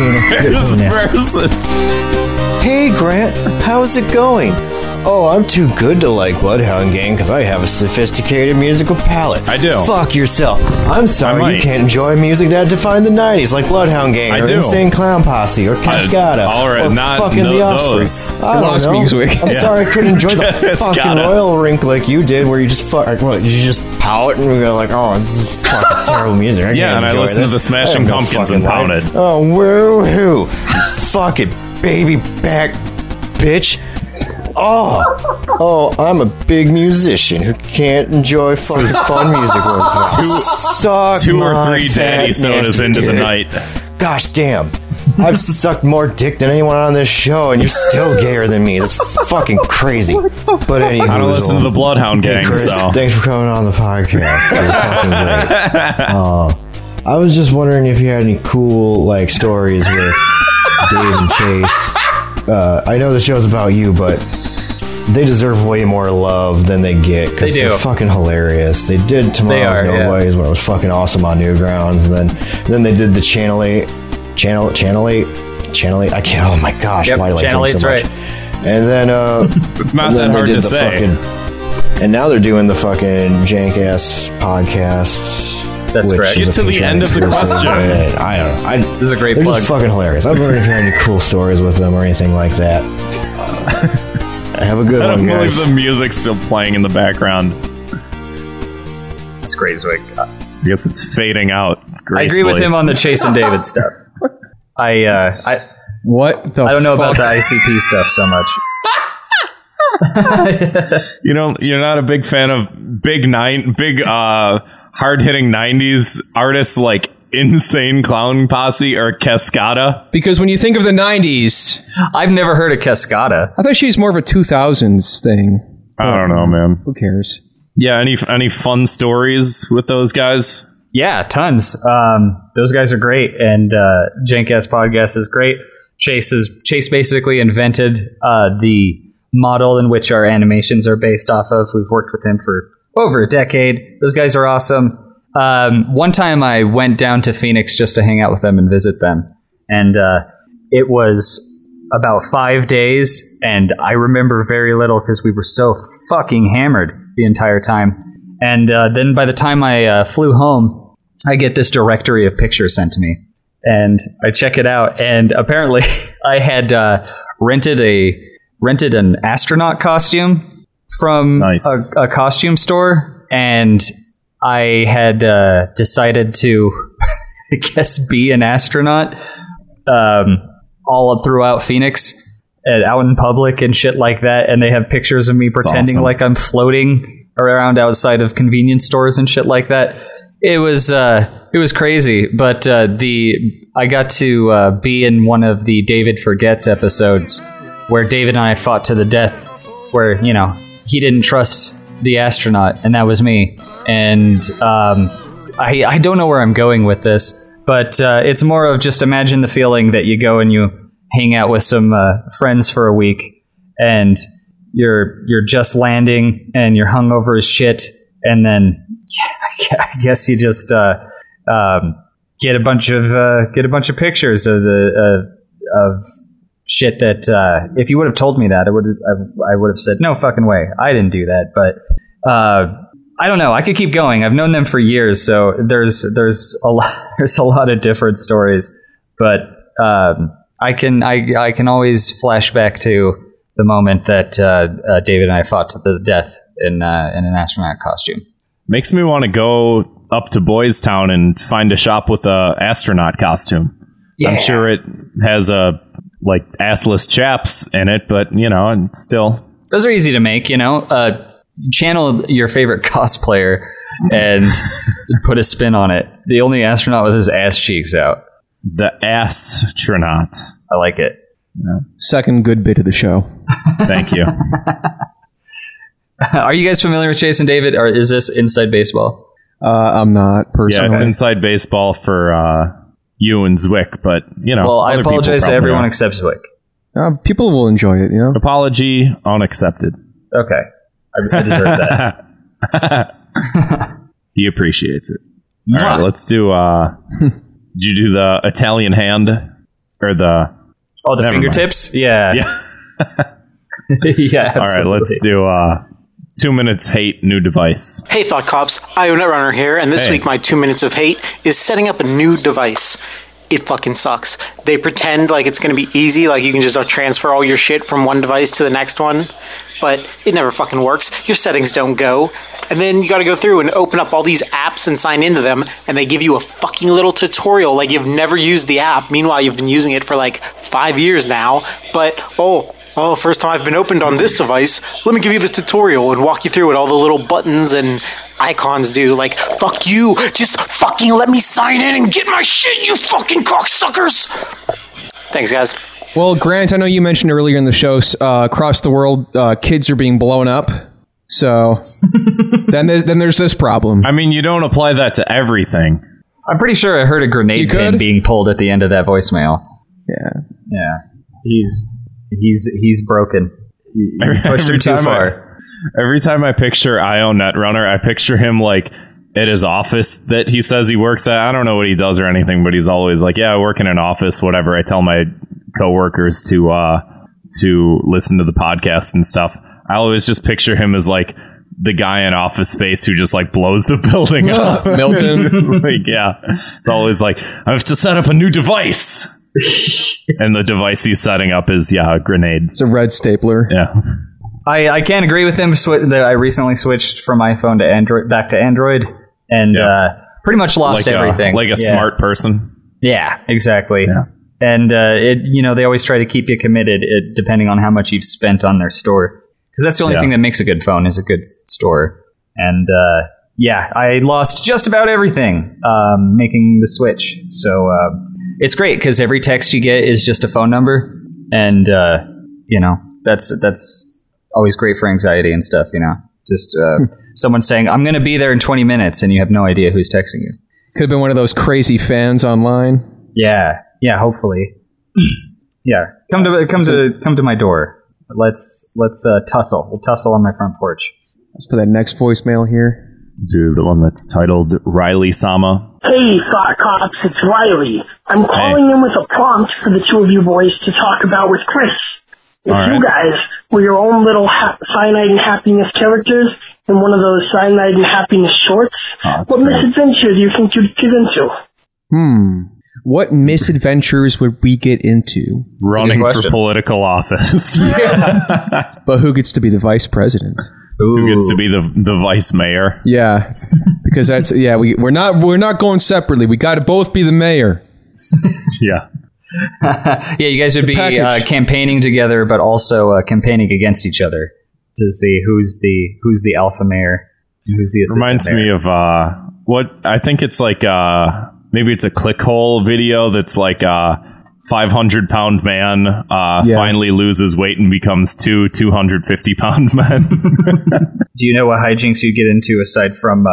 Good
There's
one now.
verses.
Hey Grant, how's it going? Oh, I'm too good to like Bloodhound Gang because I have a sophisticated musical palate.
I do.
Fuck yourself. I'm sorry
I might.
you can't enjoy music that defined the 90s like Bloodhound Gang
I
or
do.
Insane Clown Posse or Cascada
all right,
or
not
fucking
no-
The Offspring.
those.
I
You
don't
lost
know.
me, Zwick.
I'm
Yeah.
sorry I couldn't enjoy the fucking
Cascada.
oil rink like you did where you just fuck, like, what, you just pout and go like, oh, this is fucking terrible music. I
Yeah,
can't
and I
enjoy
listened to
this.
the Smashing
I have no
Pumpkins and
fucking life.
pouted.
Oh, woohoo! Fucking baby back bitch. Oh, oh, I'm a big musician who can't enjoy fucking fun music. Two, Suck
Two or
my
three
fat,
daddy sodas
nasty
into the
dick.
night.
Gosh damn. I've sucked more dick than anyone on this show, and you're still gayer than me. That's fucking crazy. But anyway,
I don't listen to the Bloodhound Gang,
Hey, Chris,
so
thanks for coming on the podcast. You're fucking great. Uh, I was just wondering if you had any cool like stories with Dave and Chase. Uh, I know the show's about you, but they deserve way more love than they get because
They do.
are fucking hilarious. They did Tomorrow's
are, yeah.
Nobodies when it was fucking awesome on Newgrounds, and then then they did the Channel Eight, Channel Channel Eight, Channel Eight. I can't. Oh my gosh,
Yep,
why do
Channel
I drink
8's
so much?
right.
And then uh,
it's not
and
that
then
hard to
they did the
say.
fucking. And now they're doing the fucking jank ass podcasts.
That's
which
correct.
is
Get
a
to the
Patreon
end of the
exclusive,
question.
but I don't know. I,
This is a great
they're
plug.
just fucking hilarious. I'm wondering if you have any cool stories with them or anything like that. Uh, have a good
I don't
one,
believe
guys.
the music's still playing in the background.
It's great, Zwick.
Uh,
I guess it's fading out.
I agree with him on the Chase and David stuff. I, uh, I,
What the?
I don't know about
fuck?
the ICP stuff so much.
You know, you're not a big fan of big nine, big uh, hard hitting '90s artists like Insane Clown Posse or Cascada.
Because when you think of the '90s,
I've never heard of Cascada.
I thought she was more of a 2000s thing.
I don't know, man.
Who cares?
Yeah, any any fun stories with those guys?
Yeah, tons. Um, those guys are great, and uh, Jenkass podcast is great. Chase is Chase basically invented uh, the model in which our animations are based off of. We've worked with him for over a decade. Those guys are awesome. Um, one time, I went down to Phoenix just to hang out with them and visit them, and uh, it was about five days, and I remember very little because we were so fucking hammered the entire time. And uh, then by the time I uh, flew home, I get this directory of pictures sent to me, and I check it out, and apparently I had uh, rented a rented an astronaut costume from
Nice.
a, a costume store, and I had uh, decided to, I guess, be an astronaut um, all throughout Phoenix. And out in public and shit like that, and they have pictures of me pretending
awesome.
like I'm floating around outside of convenience stores and shit like that. It was uh, it was crazy, but uh, the I got to uh, be in one of the David Forgets episodes where David and I fought to the death, where you know he didn't trust the astronaut, and that was me. And um, I I don't know where I'm going with this, but uh, it's more of just imagine the feeling that you go and you hang out with some uh, friends for a week and you're you're just landing and you're hungover as shit and then I guess you just uh, um, get a bunch of uh, get a bunch of pictures of the of, of shit that uh, if you would have told me that I would I, I would have said no fucking way I didn't do that but uh, I don't know I could keep going I've known them for years so there's there's a lot there's a lot of different stories but um, I can I, I can always flash back to the moment that uh, uh, David and I fought to the death in uh, in an astronaut costume.
Makes me want to go up to Boys Town and find a shop with a astronaut costume. I'm sure it has a like assless chaps in it, but you know, and still
Those are easy to make, you know. Uh, channel your favorite cosplayer and put a spin on it. The only astronaut with his ass cheeks out.
the astronaut.
I like it.
Second good bit of the show.
Thank you.
Are you guys familiar with Jason David, or is this Inside Baseball?
Uh, I'm not
yeah,
personally.
it's inside baseball for uh, you and Zwick, but you know.
Well, I
other people
apologize to
probably
everyone
are.
except Zwick.
uh, people will enjoy it, you know.
Apology unaccepted.
Okay, I, I deserve that.
He appreciates it. All right, let's do. Uh, did you do the Italian hand or the?
Oh, the
Never mind.
fingertips? Yeah.
Yeah.
yeah,
All right,
absolutely.
let's do uh, two minutes. Hate new device.
Hey, Thought Cops, IO Runner here, and this
Hey.
week my two minutes of hate is setting up a new device. It fucking sucks. They pretend like it's gonna be easy, like you can just uh, transfer all your shit from one device to the next one, but it never fucking works. Your settings don't go. And then you gotta go through and open up all these apps and sign into them, and they give you a fucking little tutorial like you've never used the app. Meanwhile, you've been using it for like five years now, but oh, Oh, first time I've been opened on this device. Let me give you the tutorial and walk you through what all the little buttons and icons do. Like, fuck you. Just fucking let me sign in and get my shit, you fucking cocksuckers. Thanks, guys.
Well, Grant, I know you mentioned earlier in the show uh, across the world, uh, kids are being blown up. So then, there's, then there's this problem.
I mean, you don't apply that to everything.
I'm pretty sure I heard a
You
grenade
could?
pin being pulled at the end of that voicemail.
Yeah.
Yeah, he's he's he's broken. You you pushed him
Every
too
time
far.
Every time I picture Io Netrunner, I picture him like at his office that he says he works at. I don't know what he does or anything, but he's always like, "Yeah, I work in an office. Whatever." I tell my coworkers to uh, to listen to the podcast and stuff. I always just picture him as like the guy in Office Space who just like blows the building up.
Milton.
like, yeah, it's always like I have to set up a new device, and the device he's setting up is yeah, a grenade.
It's a red stapler.
Yeah.
I, I can't agree with him. Swi- that I recently switched from iPhone to Android back to Android, and
Yeah.
uh, pretty much lost
Like a-
everything.
like a
Yeah.
smart person.
Yeah, exactly. And uh, it, you know, they always try to keep you committed, it, depending on how much you've spent on their store, because that's the only
Yeah.
thing that makes a good phone is a good store. And uh, yeah, I lost just about everything um, making the switch. So uh, it's great because every text you get is just a phone number, and uh, you know, that's that's always great for anxiety and stuff. You know, just uh, someone saying, "I'm going to be there in 20 minutes," and you have no idea who's texting you.
Could have been one of those crazy fans online.
Yeah, yeah. Hopefully, yeah. Come to come to come to my door. Let's let's uh, tussle. We'll tussle on my front porch.
Let's put that next voicemail here.
Do the one that's titled Riley Sama.
Hey, Thought Cops, it's Riley. I'm calling in with a prompt for the two of you boys to talk about with Chris. If
All
you
right.
guys were your own little ha- cyanide and happiness characters in one of those cyanide and happiness shorts,
Oh, that's
what
great.
misadventure do you think you'd get into?
Hmm. what misadventures would we get into
running for political office.
but who gets to be the vice president?
Who gets to be the the vice mayor?
Yeah, because that's yeah we we're not we're not going separately. We got to both be the mayor.
yeah.
yeah, you guys would be uh,
package.
campaigning together, but also uh, campaigning against each other to see who's the who's the alpha mayor, and who's the assistant
Reminds
mayor.
me of uh, what I think it's like. Uh, maybe it's a clickhole video that's like uh, 500 pound man uh, finally loses weight and becomes two 250 pound men.
Do you know what hijinks you get into aside from uh,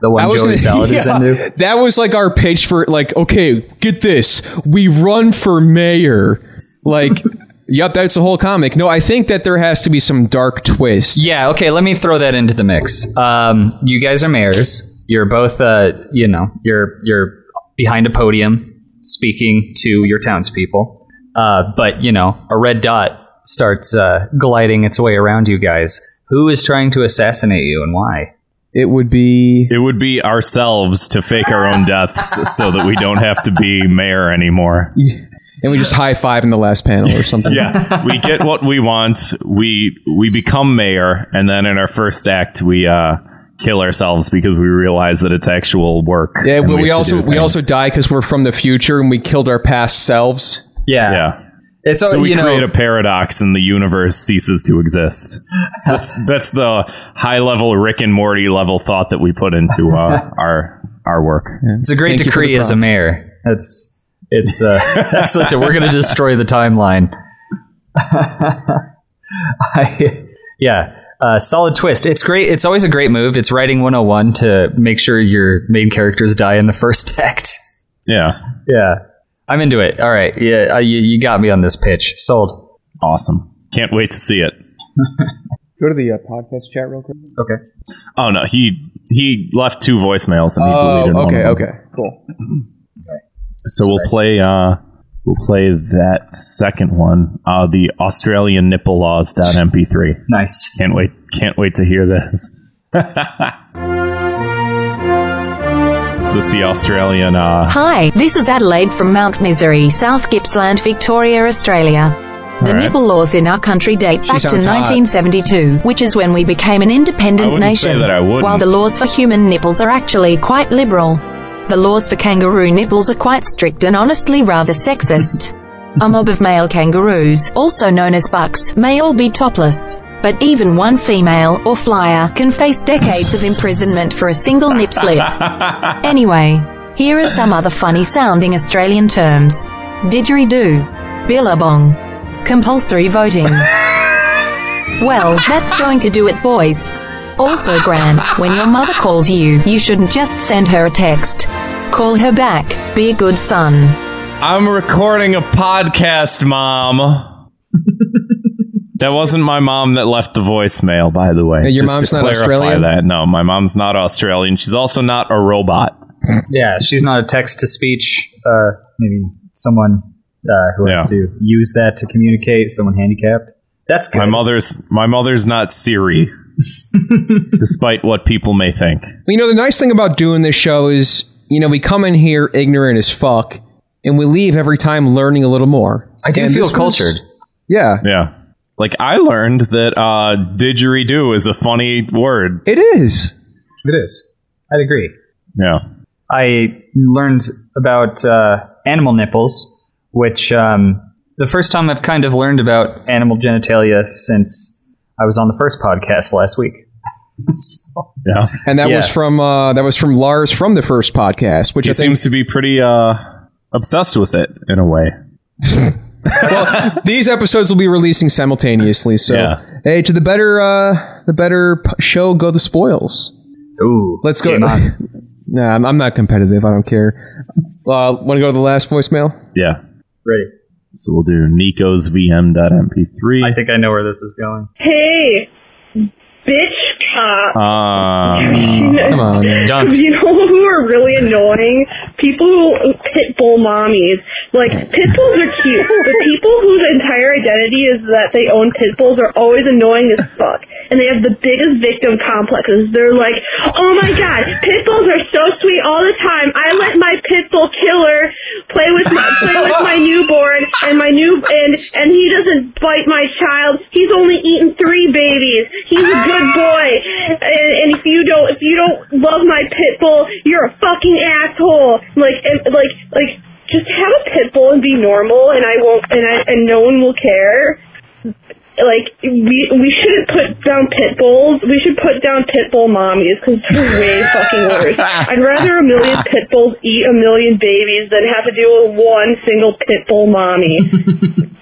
the one Joey
gonna-
Salad is
yeah,
into?
That was like our pitch for like, okay, get this. We run for mayor. Like, yep, that's the whole comic. No, I think that there has to be some dark twist.
Yeah, okay, let me throw that into the mix. Um, you guys are mayors. You're both, uh, you know, you're you're behind a podium speaking to your townspeople. Uh, but you know, a red dot starts uh, gliding its way around you guys. Who is trying to assassinate you and why?
It would be
it would be ourselves to fake our own deaths so that we don't have to be mayor anymore.
And we just high five in the last panel or something.
yeah, we get what we want. We we become mayor, and then in our first act, we uh, kill ourselves because we realize that it's actual work.
Yeah,
and
but we,
have to
also
do
we
things.
also die because we're from the future and we killed our past selves.
Yeah,
yeah.
It's
so
al-
we
you know-
create a paradox, and the universe ceases to exist. That's, that's the high level Rick and Morty level thought that we put into uh, our our work.
It's a great decree as a mayor. That's it's uh, excellent. We're going to destroy the timeline. I, yeah, uh, solid twist. It's great. It's always a great move. It's writing 101 to make sure your main characters die in the first act.
Yeah.
Yeah, I'm into it. All right. Yeah, uh, you, you got me on this pitch. Sold.
Awesome. Can't wait to see it.
Go to the uh, podcast chat real quick.
Okay.
Oh no, he he left two voicemails and he
Oh,
deleted one.
okay,
of them.
okay, cool.
So we'll play uh we'll play that second one, uh the Australian nipple laws MP3.
Nice.
Can't wait can't wait to hear this. Is this the Australian uh
Hi, this is Adelaide from Mount Misery, South Gippsland, Victoria, Australia. The
Alright.
nipple laws in our country date
She
back to
sounds hot.
1972, which is when we became an independent
I wouldn't say
nation.
that I wouldn't.
While the laws for human nipples are actually quite liberal, the laws for kangaroo nipples are quite strict and honestly rather sexist. A mob of male kangaroos, also known as bucks, may all be topless. But even one female, or flyer, can face decades of imprisonment for a single nip slip. Anyway, here are some other funny sounding Australian terms didgeridoo, billabong, compulsory voting. well, that's going to do it, boys. Also, Grant, when your mother calls you, you shouldn't just send her a text. Call her back, be a good son.
I'm recording a podcast, mom. that wasn't my mom that left the voicemail, by the way.
And your
Just
mom's
to
not
clarify
Australian?
That. No, my mom's not Australian. She's also not a robot.
Yeah, she's not a text to speech. Uh, maybe someone uh, who has
Yeah.
to use that to communicate. Someone handicapped. That's good.
My mother's my mother's not Siri, despite what people may think.
You know, the nice thing about doing this show is, you know, we come in here ignorant as fuck, and we leave every time learning a little more.
I do
And
feel
this was-
cultured.
Yeah.
Yeah. Like I learned that uh, didgeridoo is a funny word.
It is.
It is. I'd agree.
Yeah.
I learned about uh, animal nipples, which um, the first time I've kind of learned about animal genitalia since I was on the first podcast last week. So-
Yeah.
And that
Yeah.
was from uh, that was from Lars from the first podcast, which
He
I think
seems to be pretty uh, obsessed with it in a way.
these episodes will be releasing simultaneously. So,
Yeah.
hey, to the better, uh, the better p- show go the spoils.
Ooh,
let's go.
game
nah, I'm, I'm not competitive. I don't care. Uh, Want to go to the last voicemail?
Yeah.
Ready.
So we'll do Nico's VM.mp3.
I think I know where this is going.
Hey, bitch cop.
Um,
Come
on,
You know who are really annoying? People who pit bull mommies. Like pit bulls are cute, but people whose entire identity is that they own pit bulls are always annoying as fuck. And they have the biggest victim complexes. They're like, oh my god, pit bulls are so sweet all the time. I let my pit bull killer play with my, play with my newborn and my new and and he doesn't bite my child. He's only eaten three babies. He's a good boy. And, and if you don't if you don't love my pit bull, you're a fucking asshole. Like and, like like just have a pit bull and be normal, and I won't and I and no one will care. Like we we shouldn't put down pit bulls. We should put down pit bull mommies because they're way fucking worse. I'd rather a million pit bulls eat a million babies than have to deal with one single pit bull mommy.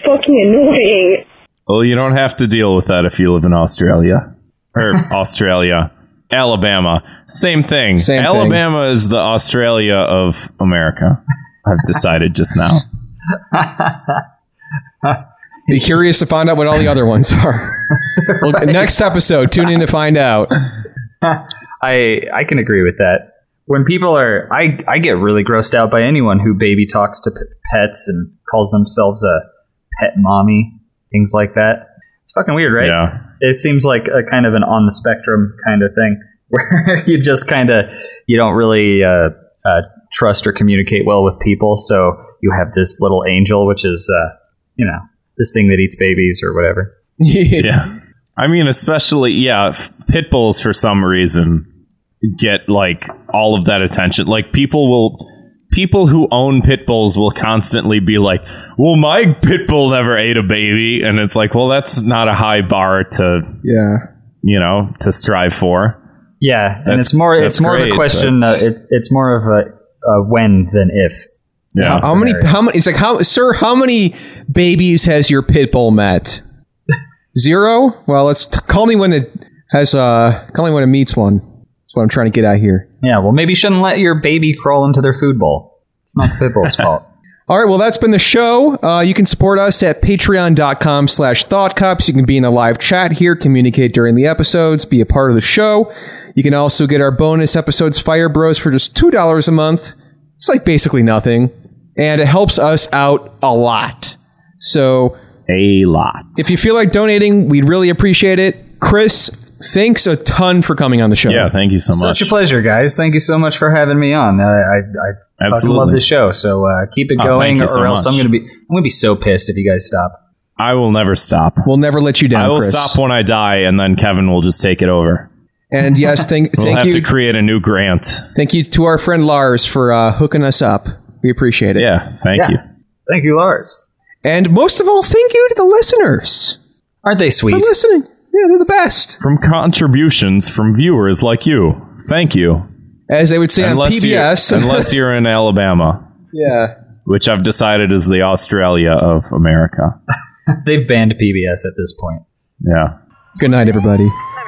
fucking annoying.
Well, you don't have to deal with that if you live in Australia or Australia, Alabama. Same thing.
Same thing.
Alabama is the Australia of America. I've decided just now.
Be curious to find out what all the other ones are. Well, Next episode, tune in to find out.
I I can agree with that. When people are, I I get really grossed out by anyone who baby talks to p- pets and calls themselves a pet mommy, things like that. It's fucking weird, right?
Yeah.
It seems like a kind of an on the spectrum kind of thing where you just kind of you don't really uh, uh, trust or communicate well with people, so you have this little angel, which is uh, you know this thing that eats babies or whatever.
yeah. I mean, especially, yeah, f- pit bulls for some reason get like all of that attention. Like, people will, people who own pit bulls will constantly be like, well, my pit bull never ate a baby. And it's like, well, that's not a high bar to,
yeah,
you know, to strive for.
Yeah, and
That's-
it's more
that's
it's more of
great,
a question. Uh,
but-
it, it's more of a, a when than if.
Yeah.
How many? How many? It's like how, sir? How many babies has your pit bull met? Zero. Well, let's t- call me when it has. Uh, call me when it meets one. That's what I'm trying to get out here.
Yeah, well, maybe you shouldn't let your baby crawl into their food bowl. It's not the pitbull's fault.
All right, well, that's been the show. Uh, you can support us at patreon.com slash thoughtcops. You can be in the live chat here, communicate during the episodes, be a part of the show. You can also get our bonus episodes, Fire Bros, for just $2 a month. It's like basically nothing. And it helps us out a lot. So,
a lot.
If you feel like donating, we'd really appreciate it. Chris, thanks a ton for coming on the show.
Yeah, thank you so
Such a pleasure, guys. Thank you so much for having me on. Uh, I I, I fucking
Absolutely.
love the show. So uh, keep it
Oh, thank
going,
you
or
so
else
much.
I'm gonna be I'm gonna be so pissed if you guys stop.
I will never stop.
We'll never let you down,
I will
Chris.
stop when I die, and then Kevin will just take it over.
And yes, thank,
We'll
thank
have
you.
to create a new grant.
Thank you to our friend Lars for uh, hooking us up. We appreciate it.
Yeah, thank
Yeah.
you.
Thank you, Lars.
And most of all, thank you to the listeners
Aren't they
for
sweet?
listening. Yeah, they're the best.
From contributions from viewers like you. Thank you.
As they would say on
Unless you-
PBS.
unless you're in Alabama,
yeah.
which I've decided is the Australia of America.
They've banned PBS at this point.
Yeah.
Good night, everybody.